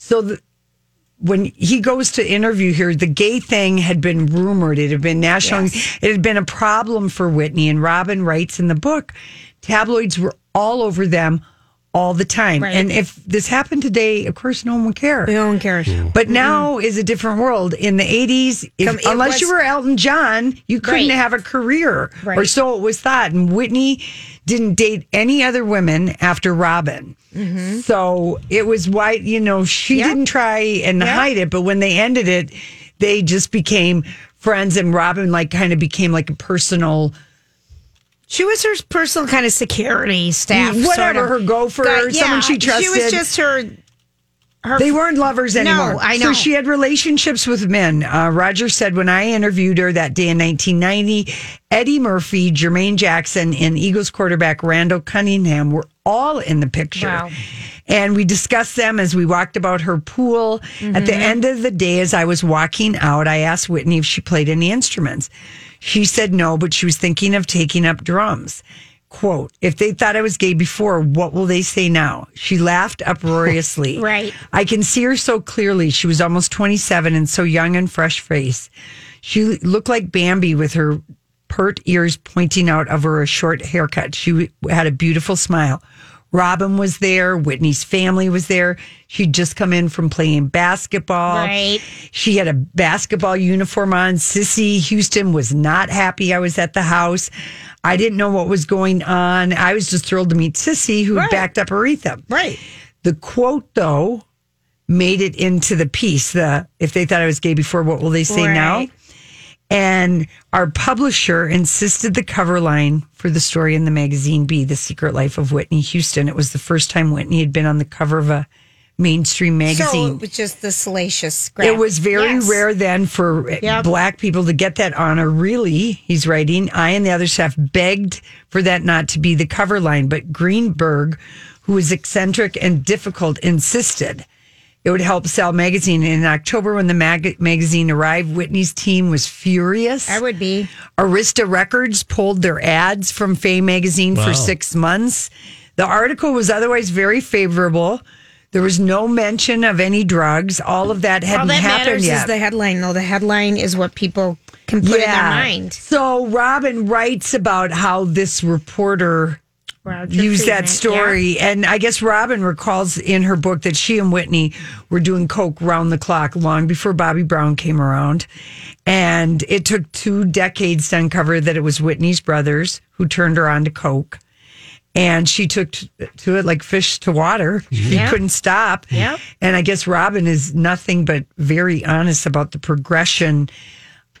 Speaker 3: So the, when he goes to interview here, the gay thing had been rumored. It had been national. It had been a problem for Whitney. And Robin writes in the book, tabloids were all over them all the time.
Speaker 2: Right.
Speaker 3: And if this happened today, of course, no one would care.
Speaker 2: No one cares.
Speaker 3: But now is a different world. In the 80s, if-
Speaker 2: Come- it
Speaker 3: unless you
Speaker 2: was-
Speaker 3: were Elton John, you couldn't
Speaker 2: Right.
Speaker 3: have a career. Or
Speaker 2: Right.
Speaker 3: so it was thought. And Whitney didn't date any other women after Robin.
Speaker 2: Mm-hmm.
Speaker 3: So it was why, you know, she didn't try and hide it. But when they ended it, they just became friends. And Robin, like, kind of became like a personal.
Speaker 2: She was her personal kind of security staff.
Speaker 3: Whatever,
Speaker 2: sort of.
Speaker 3: her gopher,
Speaker 2: Guy-
Speaker 3: someone she
Speaker 2: She was
Speaker 3: trusted.
Speaker 2: just her. her
Speaker 3: They weren't lovers
Speaker 2: No,
Speaker 3: anymore.
Speaker 2: I
Speaker 3: So
Speaker 2: know.
Speaker 3: she had relationships with men. Uh, Roger said when I interviewed her that day in 1990, Eddie Murphy, Jermaine Jackson, and Eagles quarterback Randall Cunningham were all in the picture.
Speaker 11: Wow.
Speaker 3: And we discussed them as we walked about her pool. At
Speaker 2: Mm-hmm.
Speaker 3: the end of the day, as I was walking out, I asked Whitney if she played any instruments. She said no, but she was thinking of taking up drums. Quote, if they thought I was gay before, what will they say now? She laughed uproariously.
Speaker 2: Right.
Speaker 3: I can see her so clearly. She was almost 27 and so young and fresh faced. She looked like Bambi with her pert ears pointing out over a short haircut. She had a beautiful smile. Robin was there. Whitney's family was there. She'd just come in from playing basketball.
Speaker 2: Right.
Speaker 3: She had a basketball uniform on. Sissy Houston was not happy I was at the house. I didn't know what was going on. I was just thrilled to meet Sissy, who
Speaker 2: Right.
Speaker 3: backed up Aretha.
Speaker 2: Right.
Speaker 3: The quote, though, made it into the piece. The if they thought I was gay before, what will they say now?
Speaker 2: Right.
Speaker 3: And our publisher insisted the cover line for the story in the magazine be "The Secret Life of Whitney Houston." It was the first time Whitney had been on the cover of a mainstream
Speaker 2: So
Speaker 3: magazine.
Speaker 2: it was just the salacious.
Speaker 3: it was very
Speaker 2: Yes.
Speaker 3: rare then for eh,
Speaker 2: Yep.
Speaker 3: black people to get that honor. Really, he's writing. I and the other staff begged for that not to be the cover line, but Greenberg, who was eccentric and difficult, insisted. It would help sell magazine. In October, when the mag- magazine arrived, Whitney's team was furious.
Speaker 2: I would be.
Speaker 3: Arista Records pulled their ads from Fame magazine
Speaker 2: Wow.
Speaker 3: for six months. The article was otherwise very favorable. There was no mention of any drugs. All of that hadn't
Speaker 2: All that
Speaker 3: happened
Speaker 2: matters
Speaker 3: yet.
Speaker 2: is the headline, though. The headline is what people can put in their mind.
Speaker 3: So Robin writes about how this reporter
Speaker 2: Roger
Speaker 3: use
Speaker 2: Freeman,
Speaker 3: that story. And I guess Robin recalls in her book that she and Whitney were doing coke round the clock long before Bobby Brown came around. And it took two decades to uncover that it was Whitney's brothers who turned her on to coke. And she took t- to it like fish to water. She
Speaker 2: Yeah.
Speaker 3: couldn't stop.
Speaker 2: Yeah.
Speaker 3: And I guess Robin is nothing but very honest about the progression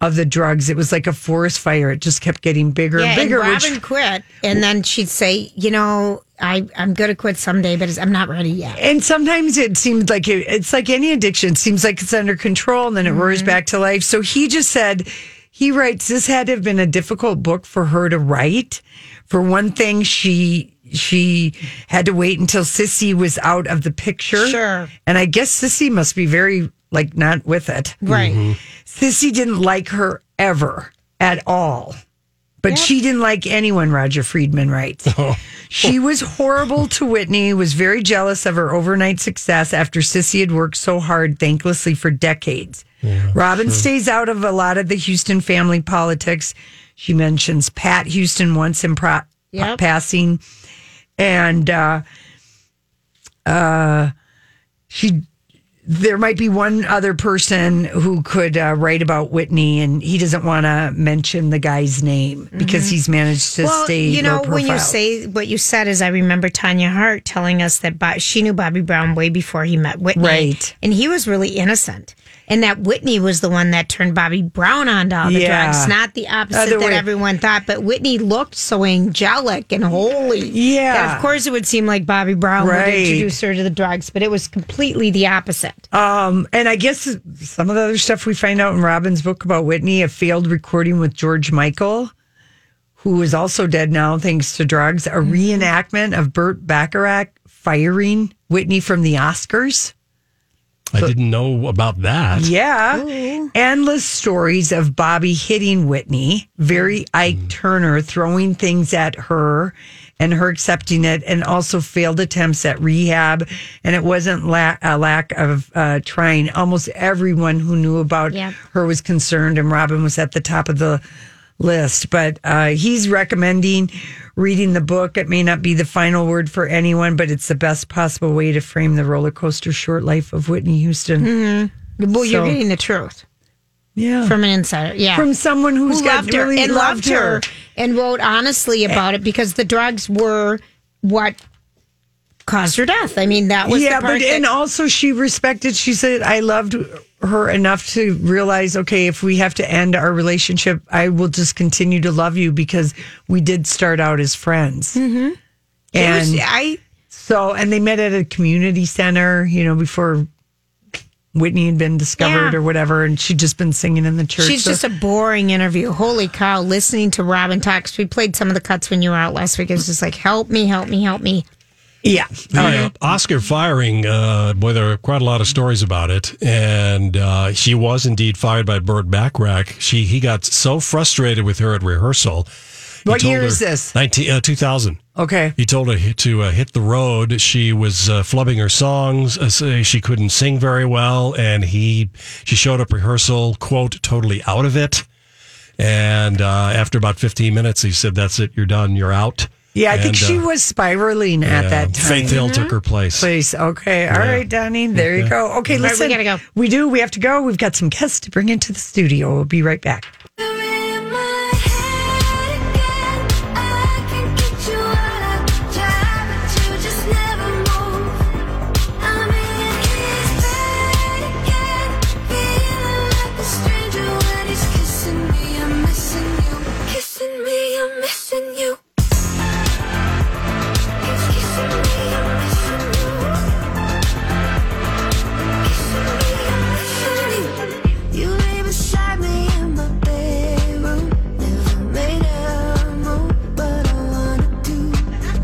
Speaker 3: of the drugs. It was like a forest fire. It just kept getting bigger
Speaker 2: yeah,
Speaker 3: and bigger.
Speaker 2: and
Speaker 3: which-
Speaker 2: Robin quit, and then she'd say, "You know, I I'm gonna quit someday, but it's- I'm not ready yet."
Speaker 3: and sometimes it seems like it, it's like any addiction it seems like it's under control and then it roars back to life so he just said he writes this had to have been a difficult book for her to write for one thing she she had to wait until sissy was out of the picture
Speaker 2: Sure.
Speaker 3: and i guess sissy must be very like not with it
Speaker 2: Right.
Speaker 3: sissy didn't like her ever at all but she didn't like anyone roger friedman writes she was horrible to Whitney, was very jealous of her overnight success after Sissy had worked so hard thanklessly for decades. Robin stays out of a lot of the Houston family politics. She mentions Pat Houston once in pro-
Speaker 2: Yep.
Speaker 3: passing. And uh, uh, she there might be one other person who could uh, write about Whitney, and he doesn't want to mention the guy's name because he's managed to
Speaker 2: Mm-hmm. well,
Speaker 3: stay.
Speaker 2: you know,
Speaker 3: low
Speaker 2: when you
Speaker 3: profile.
Speaker 2: say what you said is, I remember Tanya Hart telling us that Bo- she knew Bobby Brown way before he met Whitney,
Speaker 3: Right.
Speaker 2: And he was really innocent, and that Whitney was the one that turned Bobby Brown on to all the
Speaker 3: Yeah.
Speaker 2: drugs, not the opposite
Speaker 3: Other
Speaker 2: that
Speaker 3: way.
Speaker 2: everyone thought. But Whitney looked so angelic and holy,
Speaker 3: Yeah.
Speaker 2: that of course, it would seem like Bobby Brown would
Speaker 3: Right.
Speaker 2: introduce her to the drugs, but it was completely the opposite.
Speaker 3: Um, and I guess some of the other stuff we find out in Robin's book about Whitney, a failed recording with George Michael, who is also dead now thanks to drugs, a
Speaker 2: Mm-hmm.
Speaker 3: reenactment of Burt Bacharach firing Whitney from the Oscars.
Speaker 10: I didn't know about that.
Speaker 3: Yeah. Endless stories of Bobby hitting Whitney, very Ike Turner throwing things at her and her accepting it, and also failed attempts at rehab. And it wasn't la- a lack of uh, trying. Almost everyone who knew about
Speaker 2: Yeah.
Speaker 3: her was concerned, and Robin was at the top of the list. But uh, he's recommending reading the book. It may not be the final word for anyone, but it's the best possible way to frame the roller coaster short life of Whitney Houston.
Speaker 2: Well, you're
Speaker 3: So-
Speaker 2: getting the truth
Speaker 3: Yeah.
Speaker 2: from an insider, yeah,
Speaker 3: from someone who's
Speaker 2: who
Speaker 3: got
Speaker 2: loved her
Speaker 3: really
Speaker 2: and loved her. Eh. and wrote honestly about it because the drugs were what caused her death. I mean, that was
Speaker 3: Yeah,
Speaker 2: the part
Speaker 3: but and
Speaker 2: that-
Speaker 3: also she respected. She said, "I loved her enough to realize, okay, if we have to end our relationship, I will just continue to love you because we did start out as friends." Mm-hmm.
Speaker 2: it was-
Speaker 3: And
Speaker 2: I
Speaker 3: so, and they met at a community center, you know, before Whitney had been discovered
Speaker 2: Yeah.
Speaker 3: or whatever, and she'd just been singing in the church.
Speaker 2: she's
Speaker 3: So-
Speaker 2: just a boring interview. Holy cow! Listening to Robin talks, we played some of the cuts when you were out last week. It was just like, help me, help me, help me.
Speaker 3: yeah.
Speaker 10: The uh, Oscar firing, uh, boy, there are quite a lot of stories about it, and uh, she was indeed fired by Burt Bacharach. She he got so frustrated with her at rehearsal. He
Speaker 3: What
Speaker 10: told
Speaker 3: year
Speaker 10: her-
Speaker 3: is this?
Speaker 10: 19, uh, 2000.
Speaker 3: Okay.
Speaker 10: He told her hi- to uh, hit the road. She was uh, flubbing her songs. Uh, say she couldn't sing very well, and he she showed up rehearsal quote totally out of it. And uh, after about 15 minutes, he said, "That's it. You're done. You're out."
Speaker 3: Yeah, I think
Speaker 10: And,
Speaker 3: she
Speaker 10: uh,
Speaker 3: was spiraling at
Speaker 10: yeah,
Speaker 3: that time.
Speaker 10: Faith Hill took her place.
Speaker 3: Please. Okay. All right, Donnie. There you go. Okay,
Speaker 2: right, we
Speaker 3: listen.
Speaker 2: gotta go.
Speaker 3: We do. We have to go. We've got some guests to bring into the studio. We'll be right back.
Speaker 4: You lay beside me in my bedroom. Never made a move, but I wanna do.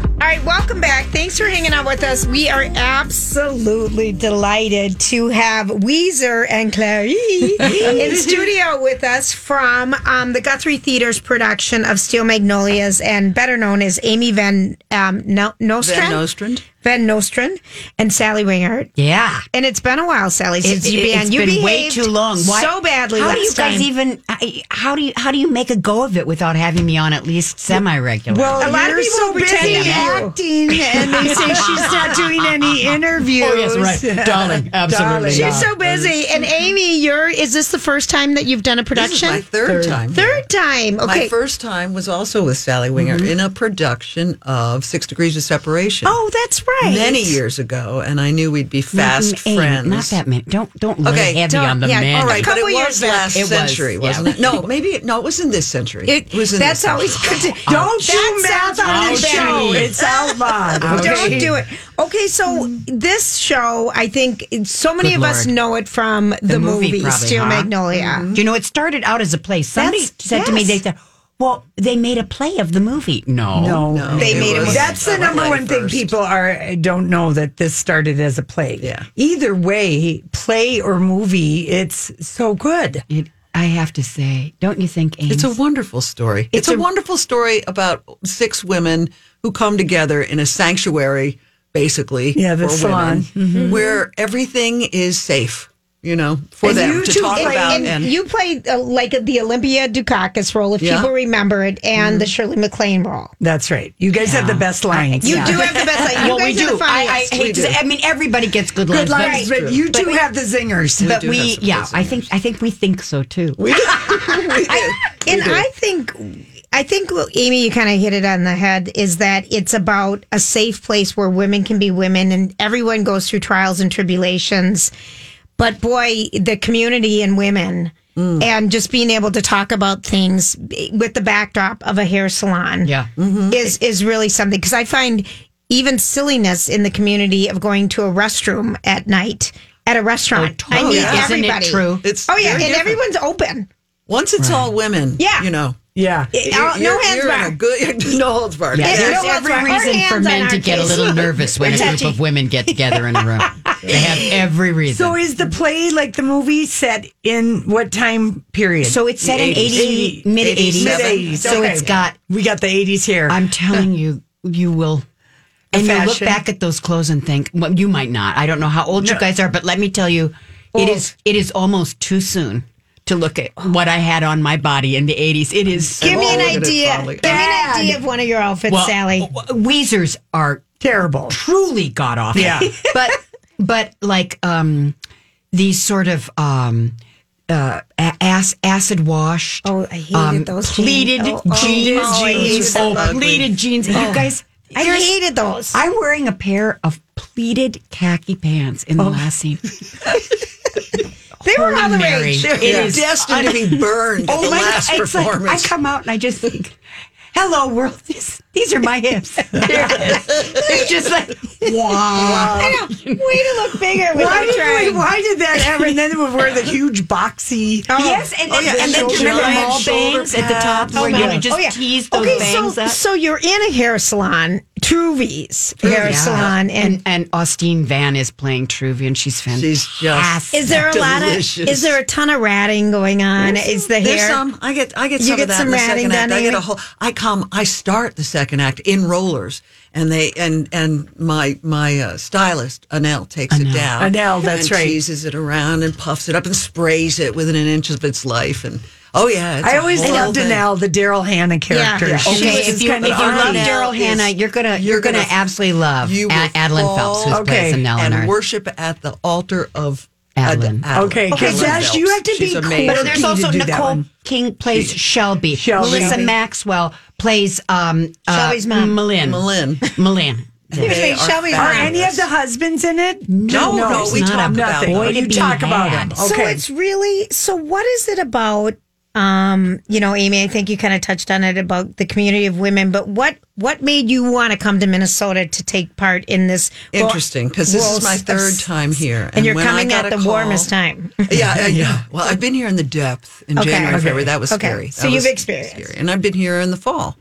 Speaker 2: All right, welcome back. Thanks for hanging out with us. We are absolutely delighted to have Weezer and Clary in studio with us from um, the Guthrie Theater's production of Steel Magnolias, and better known as Amy Van um, no- Nostrand.
Speaker 12: Van Nostrand.
Speaker 2: Van Nostrand and Sally Wingert.
Speaker 12: Yeah.
Speaker 2: And it's been a while, Sally, since
Speaker 12: It-
Speaker 2: you've
Speaker 12: it-
Speaker 2: been.
Speaker 12: it's
Speaker 2: you
Speaker 12: been way
Speaker 2: behaved
Speaker 12: too long. Why-
Speaker 2: so badly.
Speaker 12: How do
Speaker 2: last
Speaker 12: you guys
Speaker 2: time.
Speaker 12: even? I- How do you how do you make a go of it without having me on at least semi regular?
Speaker 3: Well,
Speaker 2: A lot of
Speaker 3: you're
Speaker 2: people
Speaker 3: so
Speaker 2: pretend
Speaker 3: busy.
Speaker 2: to
Speaker 3: You're acting, and they say she's not doing any interviews.
Speaker 12: Oh, yes, right. Darling, absolutely
Speaker 3: Darling.
Speaker 12: not.
Speaker 2: She's so busy. And Amy, you're is this the first time that you've done a
Speaker 13: This is
Speaker 2: production?
Speaker 13: my third, time.
Speaker 2: Third time. Okay.
Speaker 13: My first time was also with Sally Winger
Speaker 2: Mhm.
Speaker 12: Mm-hmm.
Speaker 13: in a production of Six Degrees of Separation.
Speaker 2: Oh, that's right.
Speaker 13: Many years ago, and I knew we'd be fast
Speaker 12: Eight,
Speaker 13: friends.
Speaker 12: Not that many. Don't don't lay
Speaker 13: Okay,
Speaker 12: heavy
Speaker 13: don't-
Speaker 12: on the
Speaker 13: yeah,
Speaker 12: men.
Speaker 13: All right, but it was last
Speaker 12: It was,
Speaker 13: century,
Speaker 12: yeah.
Speaker 13: wasn't it? No, maybe no, it was in this century.
Speaker 12: It-
Speaker 13: was in Oh,
Speaker 12: that's
Speaker 13: this
Speaker 12: always
Speaker 13: century.
Speaker 12: good
Speaker 2: to- Don't Ouch. you
Speaker 13: That's
Speaker 2: mouth on the
Speaker 13: ouch.
Speaker 2: show.
Speaker 3: It's outlawed.
Speaker 2: Don't do it. Okay, so this show, I think so many
Speaker 12: Good
Speaker 2: of us
Speaker 12: Lord.
Speaker 2: know it from the, movie,
Speaker 12: probably,
Speaker 2: Steel
Speaker 12: huh?
Speaker 2: Magnolia.
Speaker 13: Mm-hmm.
Speaker 12: Do Mm-hmm. You know, it started out as a play. Somebody
Speaker 2: That's-
Speaker 12: said to me,
Speaker 2: yes.
Speaker 12: they said, well, they made a play of the movie. No.
Speaker 3: No,
Speaker 12: It was-
Speaker 3: That's the number one thing people are don't know that this started as a play. Yeah. Either way, play or movie, it's so good.
Speaker 12: It, I have to say, don't you think, Ames?
Speaker 13: It's a wonderful story. It's, a, wonderful story about six women who come together in a sanctuary, basically.
Speaker 3: Yeah, the
Speaker 13: for
Speaker 3: salon.
Speaker 13: women,
Speaker 2: Mm-hmm.
Speaker 3: Mhm.
Speaker 13: where everything is safe. You know, for
Speaker 2: And
Speaker 13: them
Speaker 2: you
Speaker 13: to
Speaker 2: two-
Speaker 13: talk
Speaker 2: and-
Speaker 13: about.
Speaker 2: and you played uh, like the Olympia Dukakis role, if
Speaker 13: Yeah.
Speaker 2: people remember it, and
Speaker 12: Mm-hmm.
Speaker 2: the Shirley McLean role.
Speaker 3: That's right. You guys have the best lines.
Speaker 2: You do have the best. Like, you
Speaker 12: Well, we
Speaker 2: guys are
Speaker 12: do.
Speaker 2: the funniest.
Speaker 12: I- I hate We to do. say- I mean, everybody gets good
Speaker 3: Good
Speaker 12: lines,
Speaker 3: lines,
Speaker 12: but-
Speaker 3: but you two
Speaker 12: but-
Speaker 3: have the zingers.
Speaker 12: but we, yeah, I think I think we think so too.
Speaker 2: and I think I think well, Amy, you kind of hit it on the head. Is that it's about a safe place where women can be women, and everyone goes through trials and tribulations. But boy, the community and women.
Speaker 13: Mm.
Speaker 2: And just being able to talk about things with the backdrop of a hair salon,
Speaker 12: Yeah.
Speaker 13: Mm-hmm.
Speaker 2: is is really something. Because I find even silliness in the community of going to a restroom at night at a restaurant.
Speaker 13: Oh,
Speaker 2: I mean,
Speaker 13: yeah. Isn't it
Speaker 2: everybody.
Speaker 13: true? It's
Speaker 2: oh yeah, and
Speaker 13: very different.
Speaker 2: everyone's open.
Speaker 13: Once it's all women,
Speaker 2: Yeah.
Speaker 13: you know.
Speaker 3: Yeah.
Speaker 2: It- uh, no hands
Speaker 13: you're in
Speaker 2: barred.
Speaker 13: a good, no holds barred.
Speaker 12: Yeah,
Speaker 2: Yeah,
Speaker 12: there's
Speaker 2: no, that's
Speaker 12: every
Speaker 2: right. Our
Speaker 12: reason for
Speaker 2: hands on
Speaker 12: men
Speaker 2: our
Speaker 12: to get a
Speaker 2: case.
Speaker 12: little nervous when
Speaker 2: We're
Speaker 12: a group
Speaker 2: touchy.
Speaker 12: of women get together in a room. They have every reason.
Speaker 3: So is the play like the movie set in what time period?
Speaker 12: So it's set in 80, mid 80s.
Speaker 3: Mid 80s.
Speaker 12: So it's got
Speaker 3: we got the 80s here.
Speaker 12: I'm telling you, you will.
Speaker 3: The
Speaker 12: And you look
Speaker 3: fashion.
Speaker 12: back at those clothes and think, well, you might not. I don't know how old you guys are, but let me tell you, it is it is almost too soon to look at what I had on my body in the 80s. It is.
Speaker 2: Give me an idea. Give me an idea of one of your outfits,
Speaker 12: Well,
Speaker 2: Sally.
Speaker 12: Weezers are
Speaker 3: terrible.
Speaker 12: Truly god awful.
Speaker 3: Yeah.
Speaker 12: but but like um these sort of um uh a- ass, acid washed oh I hated
Speaker 2: those jeans.
Speaker 12: pleated
Speaker 2: Oh, oh,
Speaker 12: jeans
Speaker 2: oh, I hated
Speaker 12: oh,
Speaker 2: those.
Speaker 12: pleated jeans you
Speaker 3: Oh.
Speaker 12: guys
Speaker 2: I
Speaker 12: there's-
Speaker 2: hated those.
Speaker 12: I'm wearing a pair of pleated khaki pants in the last scene
Speaker 2: They were all the
Speaker 12: Mary.
Speaker 2: rage.
Speaker 12: It
Speaker 13: They're
Speaker 12: is
Speaker 13: destined to be burned at
Speaker 12: Oh
Speaker 13: the last
Speaker 12: God, it's like
Speaker 13: performance.
Speaker 12: I come out and I just think, hello world, this, these are my hips. There it is. It's just like, wow.
Speaker 2: I know. Way to look bigger
Speaker 3: Why
Speaker 2: without
Speaker 3: did,
Speaker 2: trying.
Speaker 3: we, why did that ever? And then we wear the huge boxy.
Speaker 2: Oh.
Speaker 12: Yes, and
Speaker 3: Oh,
Speaker 12: then,
Speaker 3: yeah,
Speaker 12: and then do you
Speaker 3: shoulder
Speaker 12: remember
Speaker 3: pads.
Speaker 12: ball
Speaker 3: Shoulder
Speaker 12: bangs at the top
Speaker 3: pads.
Speaker 12: where
Speaker 3: Oh,
Speaker 12: you
Speaker 3: yeah.
Speaker 12: would just
Speaker 3: Oh, yeah.
Speaker 12: tease those
Speaker 2: okay,
Speaker 12: bangs
Speaker 2: so
Speaker 12: up?
Speaker 2: so you're in a hair salon, Truvies hair
Speaker 12: Yeah.
Speaker 2: salon, and,
Speaker 12: and and Austin Van is playing Truvy, and she's fantastic.
Speaker 13: She's just
Speaker 2: is there a lot of
Speaker 13: Delicious.
Speaker 2: is there a ton of ratting going on? Is the
Speaker 13: There's
Speaker 2: hair?
Speaker 13: some. I get. I get
Speaker 2: You
Speaker 13: some
Speaker 2: get
Speaker 13: of that
Speaker 2: some
Speaker 13: in the
Speaker 2: ratting
Speaker 13: second act.
Speaker 2: done,
Speaker 13: I get a
Speaker 2: Amy?
Speaker 13: whole. I come. I start the second act in rollers, and they and and my my uh, stylist Anel takes it down.
Speaker 3: Annelle, that's
Speaker 13: and
Speaker 3: right.
Speaker 13: Cheeses it around and puffs it up and sprays it within an inch of its life. And oh yeah, it's
Speaker 3: I
Speaker 13: a
Speaker 3: always
Speaker 13: whole
Speaker 3: loved
Speaker 13: thing.
Speaker 3: Danelle, the Daryl Hannah character.
Speaker 13: Yeah.
Speaker 3: She
Speaker 12: Okay,
Speaker 3: was
Speaker 12: if
Speaker 3: just
Speaker 12: you,
Speaker 3: kind
Speaker 12: if you
Speaker 3: of
Speaker 12: love
Speaker 3: funny.
Speaker 13: Annelle
Speaker 12: Daryl
Speaker 13: is-
Speaker 12: Hannah, you're gonna you're,
Speaker 13: you're
Speaker 12: gonna,
Speaker 13: gonna-
Speaker 12: absolutely love
Speaker 13: You
Speaker 12: A-
Speaker 13: will
Speaker 12: Adeline Phelps, who's
Speaker 13: fall
Speaker 12: plays Annelle in
Speaker 13: and
Speaker 12: ours.
Speaker 13: worship at the altar of Ad-
Speaker 12: Adeline.
Speaker 13: Adeline.
Speaker 3: Okay, 'cause
Speaker 13: Adeline
Speaker 3: Josh, you have to
Speaker 13: Phelps.
Speaker 3: be
Speaker 13: She's
Speaker 3: cool.
Speaker 13: amazing.
Speaker 12: But there's
Speaker 3: Key to
Speaker 12: also
Speaker 3: do that
Speaker 12: Nicole
Speaker 3: one.
Speaker 12: King plays Shelby.
Speaker 3: Shelby.
Speaker 12: Melissa Maxwell plays um, uh,
Speaker 2: Shelby's mom.
Speaker 12: Malin.
Speaker 13: Malin.
Speaker 12: Malin.
Speaker 2: You
Speaker 13: They
Speaker 2: think
Speaker 13: are
Speaker 2: Shelby's
Speaker 3: Are
Speaker 2: not.
Speaker 3: any of the husbands in it?
Speaker 13: No, no, we
Speaker 12: not
Speaker 13: talked
Speaker 12: a-
Speaker 13: about
Speaker 3: nothing.
Speaker 13: them.
Speaker 12: Boy to
Speaker 3: you
Speaker 12: be
Speaker 3: talk about
Speaker 12: had.
Speaker 3: them. Okay.
Speaker 2: So it's really so. What is it about? Um, you know, Amy, I think you kind of touched on it about the community of women, but what what made you want to come to Minnesota to take part in this? ro-
Speaker 13: Interesting, because this
Speaker 2: roles
Speaker 13: is my
Speaker 2: of
Speaker 13: third
Speaker 2: s-
Speaker 13: time here,
Speaker 2: and, you're
Speaker 13: when I
Speaker 2: coming
Speaker 13: got
Speaker 2: at
Speaker 13: a
Speaker 2: the
Speaker 13: call-
Speaker 2: warmest time.
Speaker 13: yeah, yeah, yeah. Well, I've been here in the depth in
Speaker 2: Okay.
Speaker 13: January,
Speaker 2: Okay.
Speaker 13: February. That was
Speaker 2: Okay.
Speaker 13: scary.
Speaker 2: So
Speaker 13: That
Speaker 2: you've
Speaker 13: was
Speaker 2: experienced.
Speaker 13: scary. and I've been here in the fall,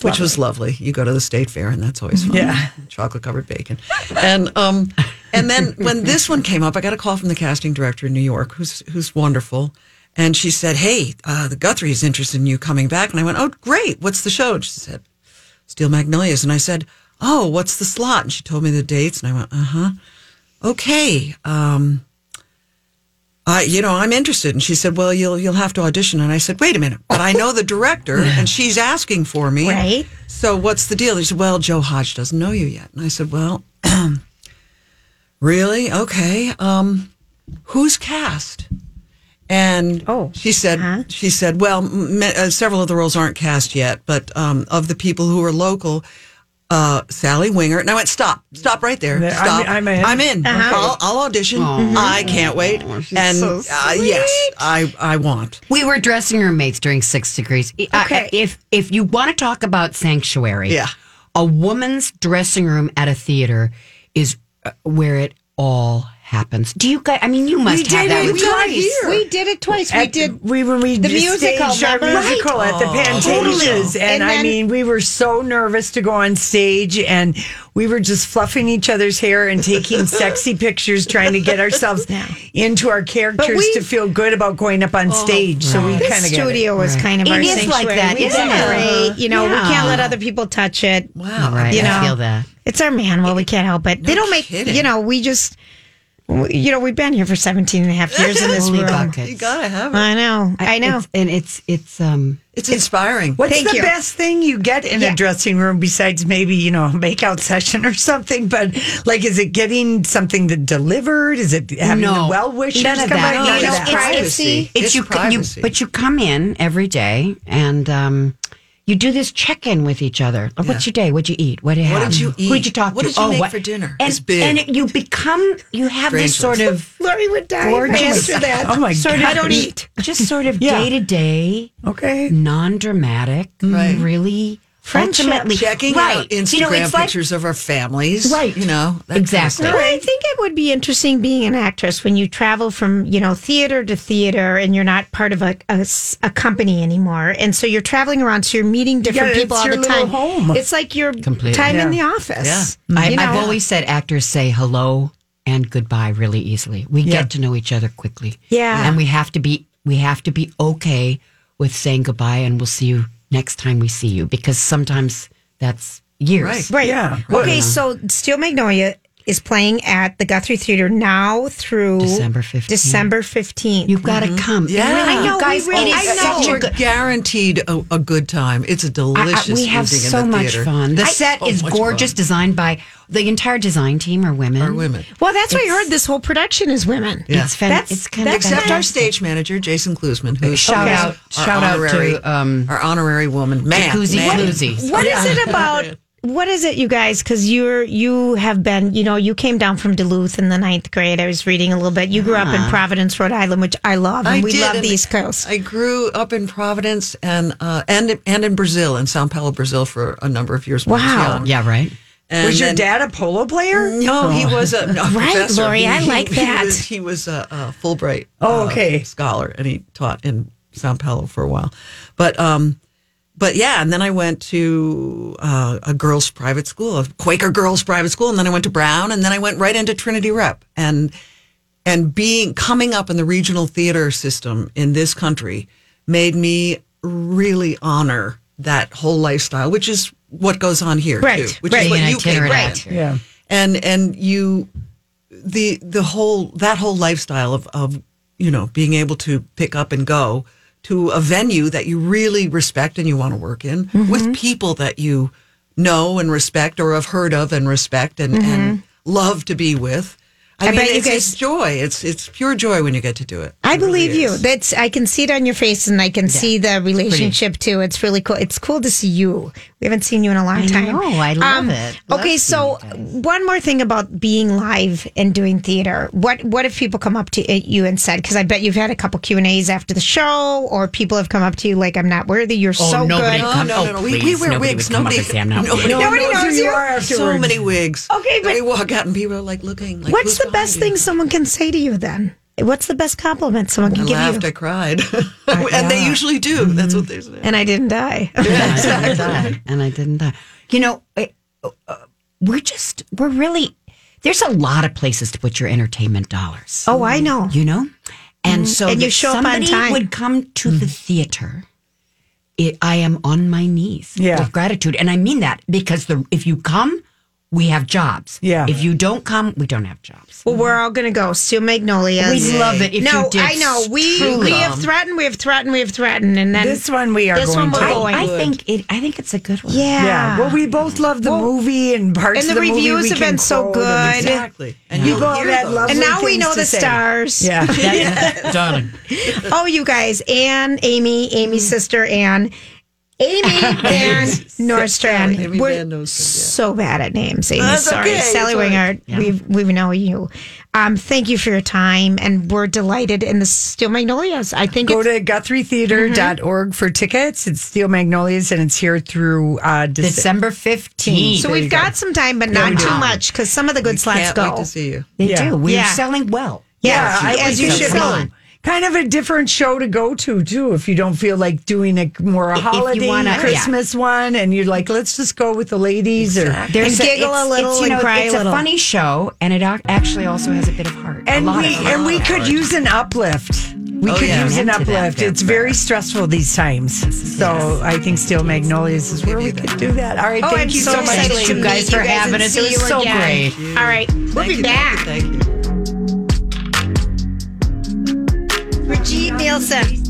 Speaker 13: which was lovely. You go to the state fair, and that's always fun.
Speaker 3: Yeah.
Speaker 13: chocolate covered bacon, and um, and then when this one came up, I got a call from the casting director in New York, who's who's wonderful. And she said, "Hey, uh, the Guthrie is interested in you coming back." And I went, "Oh, great! What's the show?" And she said, Steel Magnolias. And I said, Oh, what's the slot? "Uh-huh." And she told me the dates. And I went, Uh huh. Okay. Um, uh, you know, I'm interested. And she said, well, you'll, you'll have to audition. And I said, wait a minute, but I know the director and she's asking for me. Right. So what's the deal? He said, well, Joe Hodge doesn't know you yet. And I said, well, really? Okay. Um, who's cast? And oh, she said, she said, well, m- uh, several of the roles aren't cast yet, but um, of the people who are local, uh, Sally Winger. And I went, stop, stop right there.
Speaker 3: Yeah, I'm-
Speaker 13: Stop.
Speaker 3: I'm in. Uh-huh.
Speaker 13: I'll, I'll audition.
Speaker 12: Aw.
Speaker 13: I can't wait.
Speaker 12: she's
Speaker 13: and
Speaker 12: so
Speaker 13: uh, yes, I, I want.
Speaker 12: We were dressing room mates during Six Degrees. I- I- if if you want to talk about sanctuary,
Speaker 13: Yeah.
Speaker 12: a woman's dressing room at a theater is uh, where it all happens. Do you guys? I mean, you must have that. with you.
Speaker 2: We did it twice. we
Speaker 12: At-
Speaker 2: did.
Speaker 3: We were we
Speaker 2: the
Speaker 3: staged
Speaker 2: musical.
Speaker 3: our
Speaker 2: remember?
Speaker 3: musical at the Pantages, and, I
Speaker 2: then-
Speaker 3: mean, we were so nervous to go on stage, and we were just fluffing each other's hair and taking sexy pictures, trying to get ourselves into our characters
Speaker 2: we-
Speaker 3: to feel good about going up on stage. So we
Speaker 2: This
Speaker 3: kind of
Speaker 2: studio was kind of
Speaker 3: It
Speaker 2: our
Speaker 3: is
Speaker 2: sanctuary.
Speaker 3: like that,
Speaker 2: we
Speaker 3: isn't
Speaker 2: decorate,
Speaker 3: it?
Speaker 2: You know,
Speaker 3: Yeah.
Speaker 2: we can't let other people touch it.
Speaker 12: Wow. Right,
Speaker 2: you
Speaker 12: I
Speaker 2: know,
Speaker 12: feel that.
Speaker 2: It's our man. Well, we can't help it. they don't make,
Speaker 12: kidding.
Speaker 2: you know, we just, we- you know, we've been here for 17 and a half years in this
Speaker 12: Holy
Speaker 2: room.
Speaker 12: buckets. You
Speaker 13: gotta have
Speaker 2: I know. I, know.
Speaker 12: It's- and it's it's um.
Speaker 13: It's inspiring.
Speaker 3: What's
Speaker 2: Thank
Speaker 3: the
Speaker 2: you.
Speaker 3: best thing you get in a dressing room besides maybe, you know, a makeout session or something? But like, is it getting something that delivered? Is it having the well wishers
Speaker 12: None
Speaker 3: come
Speaker 12: of that.
Speaker 3: out?
Speaker 12: No,
Speaker 3: None of
Speaker 12: it's
Speaker 3: that.
Speaker 12: privacy. It's, you, you, but you come in every day and um, you do this check in with each other. Like, What's your day? What'd you eat? What did you
Speaker 13: What
Speaker 12: have?
Speaker 13: did you
Speaker 12: Who'd you
Speaker 13: eat?
Speaker 12: talk
Speaker 13: What
Speaker 12: to?
Speaker 13: did you
Speaker 12: Oh,
Speaker 13: make for dinner?
Speaker 12: And,
Speaker 13: It's big.
Speaker 12: and it- you become, you have this sort
Speaker 13: Strangers.
Speaker 12: of
Speaker 2: Lori would die if I
Speaker 12: gorgeous.
Speaker 2: asked her that.
Speaker 3: Oh, my
Speaker 12: sort
Speaker 3: God.
Speaker 12: Of,
Speaker 3: I don't eat.
Speaker 12: Just sort of
Speaker 3: Yeah.
Speaker 12: day to day,
Speaker 3: okay,
Speaker 12: non dramatic,
Speaker 2: Mm.
Speaker 13: Right.
Speaker 12: really.
Speaker 13: Friendship.
Speaker 12: ultimately-
Speaker 13: Checking
Speaker 12: right.
Speaker 13: out Instagram
Speaker 12: you know, it's like
Speaker 13: pictures of our families.
Speaker 12: Right.
Speaker 13: You know, that kind of
Speaker 12: Exactly.
Speaker 13: stuff.
Speaker 2: Well, I think it would be interesting being an actress when you travel from you know theater to theater and you're not part of a, a s- a company anymore, and so you're traveling around, so you're meeting different
Speaker 3: Yeah,
Speaker 2: people
Speaker 3: it's
Speaker 2: all
Speaker 3: your
Speaker 2: the
Speaker 3: little
Speaker 2: time.
Speaker 3: home.
Speaker 2: It's like your
Speaker 12: Completely.
Speaker 2: time in the
Speaker 3: Yeah.
Speaker 2: office.
Speaker 12: I,
Speaker 2: Mm-hmm. You
Speaker 12: I've
Speaker 2: know?
Speaker 12: always said actors say hello and goodbye really easily. We
Speaker 3: Yeah.
Speaker 12: get to know each other quickly.
Speaker 2: Yeah.
Speaker 12: And we have to be we have to be okay with saying goodbye and we'll see you next time we see you because sometimes that's years.
Speaker 13: Right.
Speaker 2: right.
Speaker 3: Yeah.
Speaker 2: Okay, so Steel Magnolia is playing at the Guthrie Theater now through
Speaker 12: December 15th.
Speaker 2: December fifteenth.
Speaker 12: You've got to come.
Speaker 13: Yeah.
Speaker 12: Really,
Speaker 2: Mm-hmm. I know,
Speaker 12: you guys,
Speaker 2: we really-
Speaker 12: it is
Speaker 2: I know.
Speaker 12: such a
Speaker 13: Oh, We're
Speaker 12: good
Speaker 13: guaranteed a, a good time. It's a delicious.
Speaker 12: I- I- we have
Speaker 13: evening in
Speaker 12: so
Speaker 13: the
Speaker 12: much
Speaker 13: theater.
Speaker 12: fun. Oh, The
Speaker 13: I-
Speaker 12: set
Speaker 3: Oh,
Speaker 13: so
Speaker 12: is
Speaker 13: much
Speaker 12: gorgeous,
Speaker 13: fun.
Speaker 12: designed by the entire design team are women.
Speaker 13: Our women,
Speaker 2: Well, that's why you heard this whole production is women.
Speaker 13: Yeah.
Speaker 12: It's fan-
Speaker 2: That's-
Speaker 12: it's kind of
Speaker 2: that's
Speaker 13: except our
Speaker 12: fantastic.
Speaker 13: stage manager Jason Klusman, who
Speaker 12: Shout
Speaker 13: is
Speaker 12: out-
Speaker 13: our
Speaker 12: shout out to,
Speaker 13: honorary-
Speaker 12: um,
Speaker 13: our honorary woman, man,
Speaker 12: Jacuzzi
Speaker 13: man.
Speaker 12: Palooza.
Speaker 13: Oh,
Speaker 2: What is it about? What is it, you guys? Because you're you have been, you know, you came down from Duluth in the ninth grade. I was reading a little bit. You grew up in Providence, Rhode Island, which I love, and
Speaker 13: Uh-huh. I
Speaker 2: we
Speaker 13: did,
Speaker 2: love
Speaker 13: and
Speaker 2: the East Coast.
Speaker 13: I grew up in Providence and uh, and and in Brazil, in Sao Paulo, Brazil, for a number of years. When I was
Speaker 2: Wow.
Speaker 13: young.
Speaker 12: Yeah, right.
Speaker 13: And
Speaker 3: was your
Speaker 13: then-
Speaker 3: dad a polo player?
Speaker 13: No, he was a no,
Speaker 2: Oh. Right,
Speaker 13: professor.
Speaker 2: Lori,
Speaker 13: He-
Speaker 2: I
Speaker 13: he-
Speaker 2: like
Speaker 13: He
Speaker 2: that.
Speaker 13: was, he was a, a Fulbright.
Speaker 3: Oh,
Speaker 13: uh,
Speaker 3: okay.
Speaker 13: scholar, and he taught in Sao Paulo for a while. But um, but yeah, and then I went to uh, a girls' private school, a Quaker girls' private school, and then I went to Brown, and then I went right into Trinity Rep, and and being coming up in the regional theater system in this country made me really honor that whole lifestyle, which is what goes on here
Speaker 2: Right,
Speaker 13: too, which
Speaker 2: right.
Speaker 13: is what
Speaker 12: Being an
Speaker 13: you came
Speaker 12: itinerant
Speaker 13: from
Speaker 12: actor.
Speaker 3: Yeah.
Speaker 13: and and you the the whole that whole lifestyle of of you know being able to pick up and go to a venue that you really respect and you want to work in with people that you know and respect or have heard of and respect and, and love to be with. I,
Speaker 2: I
Speaker 13: mean,
Speaker 2: bet you
Speaker 13: it's, it's
Speaker 2: guys-
Speaker 13: joy. It's it's pure joy when you get to do it.
Speaker 2: I
Speaker 13: It really
Speaker 2: believe you.
Speaker 13: is.
Speaker 2: That's I can see it on your face, and I can see the relationship too. It's really cool. It's cool to see you. We haven't seen you in a long
Speaker 12: I
Speaker 2: time. Um,
Speaker 12: know. I love it. Love
Speaker 2: okay,
Speaker 12: seeing
Speaker 2: so
Speaker 12: you guys.
Speaker 2: one more thing about being live and doing theater. What what if people come up to you and said? Because I bet you've had a couple Q and A's after the show, or people have come up to you like, "I'm not worthy. You're
Speaker 12: Oh,
Speaker 2: so
Speaker 12: nobody
Speaker 2: good."
Speaker 13: No,
Speaker 12: Come-
Speaker 13: no, no,
Speaker 12: oh,
Speaker 13: no. We, we
Speaker 12: please,
Speaker 13: wear
Speaker 12: nobody
Speaker 13: wigs.
Speaker 12: would come up
Speaker 13: Nobody,
Speaker 12: and say, "I'm not
Speaker 13: nobody,
Speaker 12: worthy."
Speaker 2: Nobody
Speaker 13: knows who
Speaker 2: knows
Speaker 13: you
Speaker 2: you.
Speaker 13: are afterwards. So many wigs.
Speaker 2: Okay, but-
Speaker 13: we walk out and people are like looking. Like,
Speaker 2: What's
Speaker 13: who's
Speaker 2: the best
Speaker 13: behind you?
Speaker 2: thing someone can say to you then? What's the best compliment someone
Speaker 13: I
Speaker 2: can give
Speaker 13: laughed.
Speaker 2: you?
Speaker 13: I cried, and they usually do. That's what they say.
Speaker 2: And I didn't die.
Speaker 12: and I didn't die. And I didn't die. You know, I- uh, we're just, we're really, there's a lot of places to put your entertainment dollars.
Speaker 2: oh, I know.
Speaker 12: You know? And so
Speaker 2: And you
Speaker 12: that
Speaker 2: show up on
Speaker 12: somebody
Speaker 2: time.
Speaker 12: would come to the
Speaker 4: Mm.
Speaker 12: theater. It, I am on my knees
Speaker 3: Yeah.
Speaker 12: with gratitude. And I mean that because the if you come, we have jobs.
Speaker 3: Yeah.
Speaker 12: If you don't come, we don't have jobs.
Speaker 2: Well, we're all going to go. Sue Magnolias.
Speaker 12: We'd Yay. love it if
Speaker 2: no,
Speaker 12: you did
Speaker 2: I know. We
Speaker 12: truly.
Speaker 2: we have threatened. We have threatened. We have threatened. And then
Speaker 3: This one we are
Speaker 2: This one
Speaker 3: going
Speaker 2: we're
Speaker 3: to.
Speaker 2: going.
Speaker 3: I think
Speaker 12: it. I think it's a good one.
Speaker 2: Yeah.
Speaker 3: Well, we both love the movie and parts
Speaker 2: And
Speaker 3: of
Speaker 2: the
Speaker 3: movie
Speaker 2: reviews
Speaker 3: we
Speaker 2: have
Speaker 3: can
Speaker 2: been so
Speaker 3: quote and-
Speaker 2: good.
Speaker 13: Exactly.
Speaker 2: And
Speaker 3: you
Speaker 2: you'll
Speaker 3: go all
Speaker 2: hear
Speaker 3: that
Speaker 2: those.
Speaker 3: lovely
Speaker 2: And now we
Speaker 3: things
Speaker 2: know
Speaker 3: to
Speaker 2: the
Speaker 3: say.
Speaker 2: stars.
Speaker 3: Yeah.
Speaker 12: Darling.
Speaker 2: oh, you guys, Anne, Amy, Amy's sister, Anne, Amy Van Nordstrand. We're so bad at names, Amy.
Speaker 13: That's
Speaker 2: Sorry,
Speaker 13: okay.
Speaker 2: Sally
Speaker 13: It's all right.
Speaker 2: Wingard.
Speaker 13: Yeah.
Speaker 2: We we know you. Um, thank you for your time, and we're delighted in the Steel Magnolias. I think
Speaker 3: Go
Speaker 2: it's,
Speaker 3: to GuthrieTheater.org for tickets. It's Steel Magnolias and it's here through uh, Dece-
Speaker 12: December 15th.
Speaker 2: so we've got some time, but
Speaker 3: Yeah,
Speaker 2: not
Speaker 3: we
Speaker 2: too
Speaker 3: do.
Speaker 2: much because some of the good slots
Speaker 13: can't
Speaker 2: go.
Speaker 13: wait to see you.
Speaker 12: They
Speaker 3: Yeah.
Speaker 12: do. We're
Speaker 2: Yeah.
Speaker 12: selling well.
Speaker 2: Yeah,
Speaker 3: Yeah,
Speaker 2: as you
Speaker 3: I-
Speaker 2: should
Speaker 3: Come
Speaker 2: go.
Speaker 3: on. Kind of a different show to go to too, if you don't feel like doing a more a
Speaker 12: If you
Speaker 3: holiday
Speaker 12: wanna- yeah.
Speaker 3: Christmas one, and you're like, let's just go with the ladies or
Speaker 12: There's
Speaker 2: And giggle
Speaker 12: it's-
Speaker 2: a little
Speaker 12: it's, you
Speaker 2: and
Speaker 12: know,
Speaker 2: cry a
Speaker 12: It's a
Speaker 2: little.
Speaker 12: funny show, and it ac- actually also has a bit of heart.
Speaker 3: and
Speaker 12: a lot
Speaker 3: we
Speaker 12: of heart.
Speaker 3: and we could use an uplift. We
Speaker 12: Oh,
Speaker 3: could
Speaker 12: yeah.
Speaker 3: use an
Speaker 12: Connect to that
Speaker 3: uplift. It's very stressful these times, so I think Steel Magnolias is where we could do that. All right,
Speaker 2: Oh,
Speaker 3: thank
Speaker 2: I'm
Speaker 3: you
Speaker 2: so,
Speaker 3: so, much,
Speaker 2: excited to
Speaker 3: Lisa.
Speaker 2: meet
Speaker 12: guys for
Speaker 2: you guys
Speaker 12: having
Speaker 2: and
Speaker 12: us. It
Speaker 2: see
Speaker 12: was
Speaker 2: you
Speaker 12: so
Speaker 2: again.
Speaker 12: great.
Speaker 2: All right, we'll be back.
Speaker 13: Thank you.
Speaker 2: Brigitte Nielsen.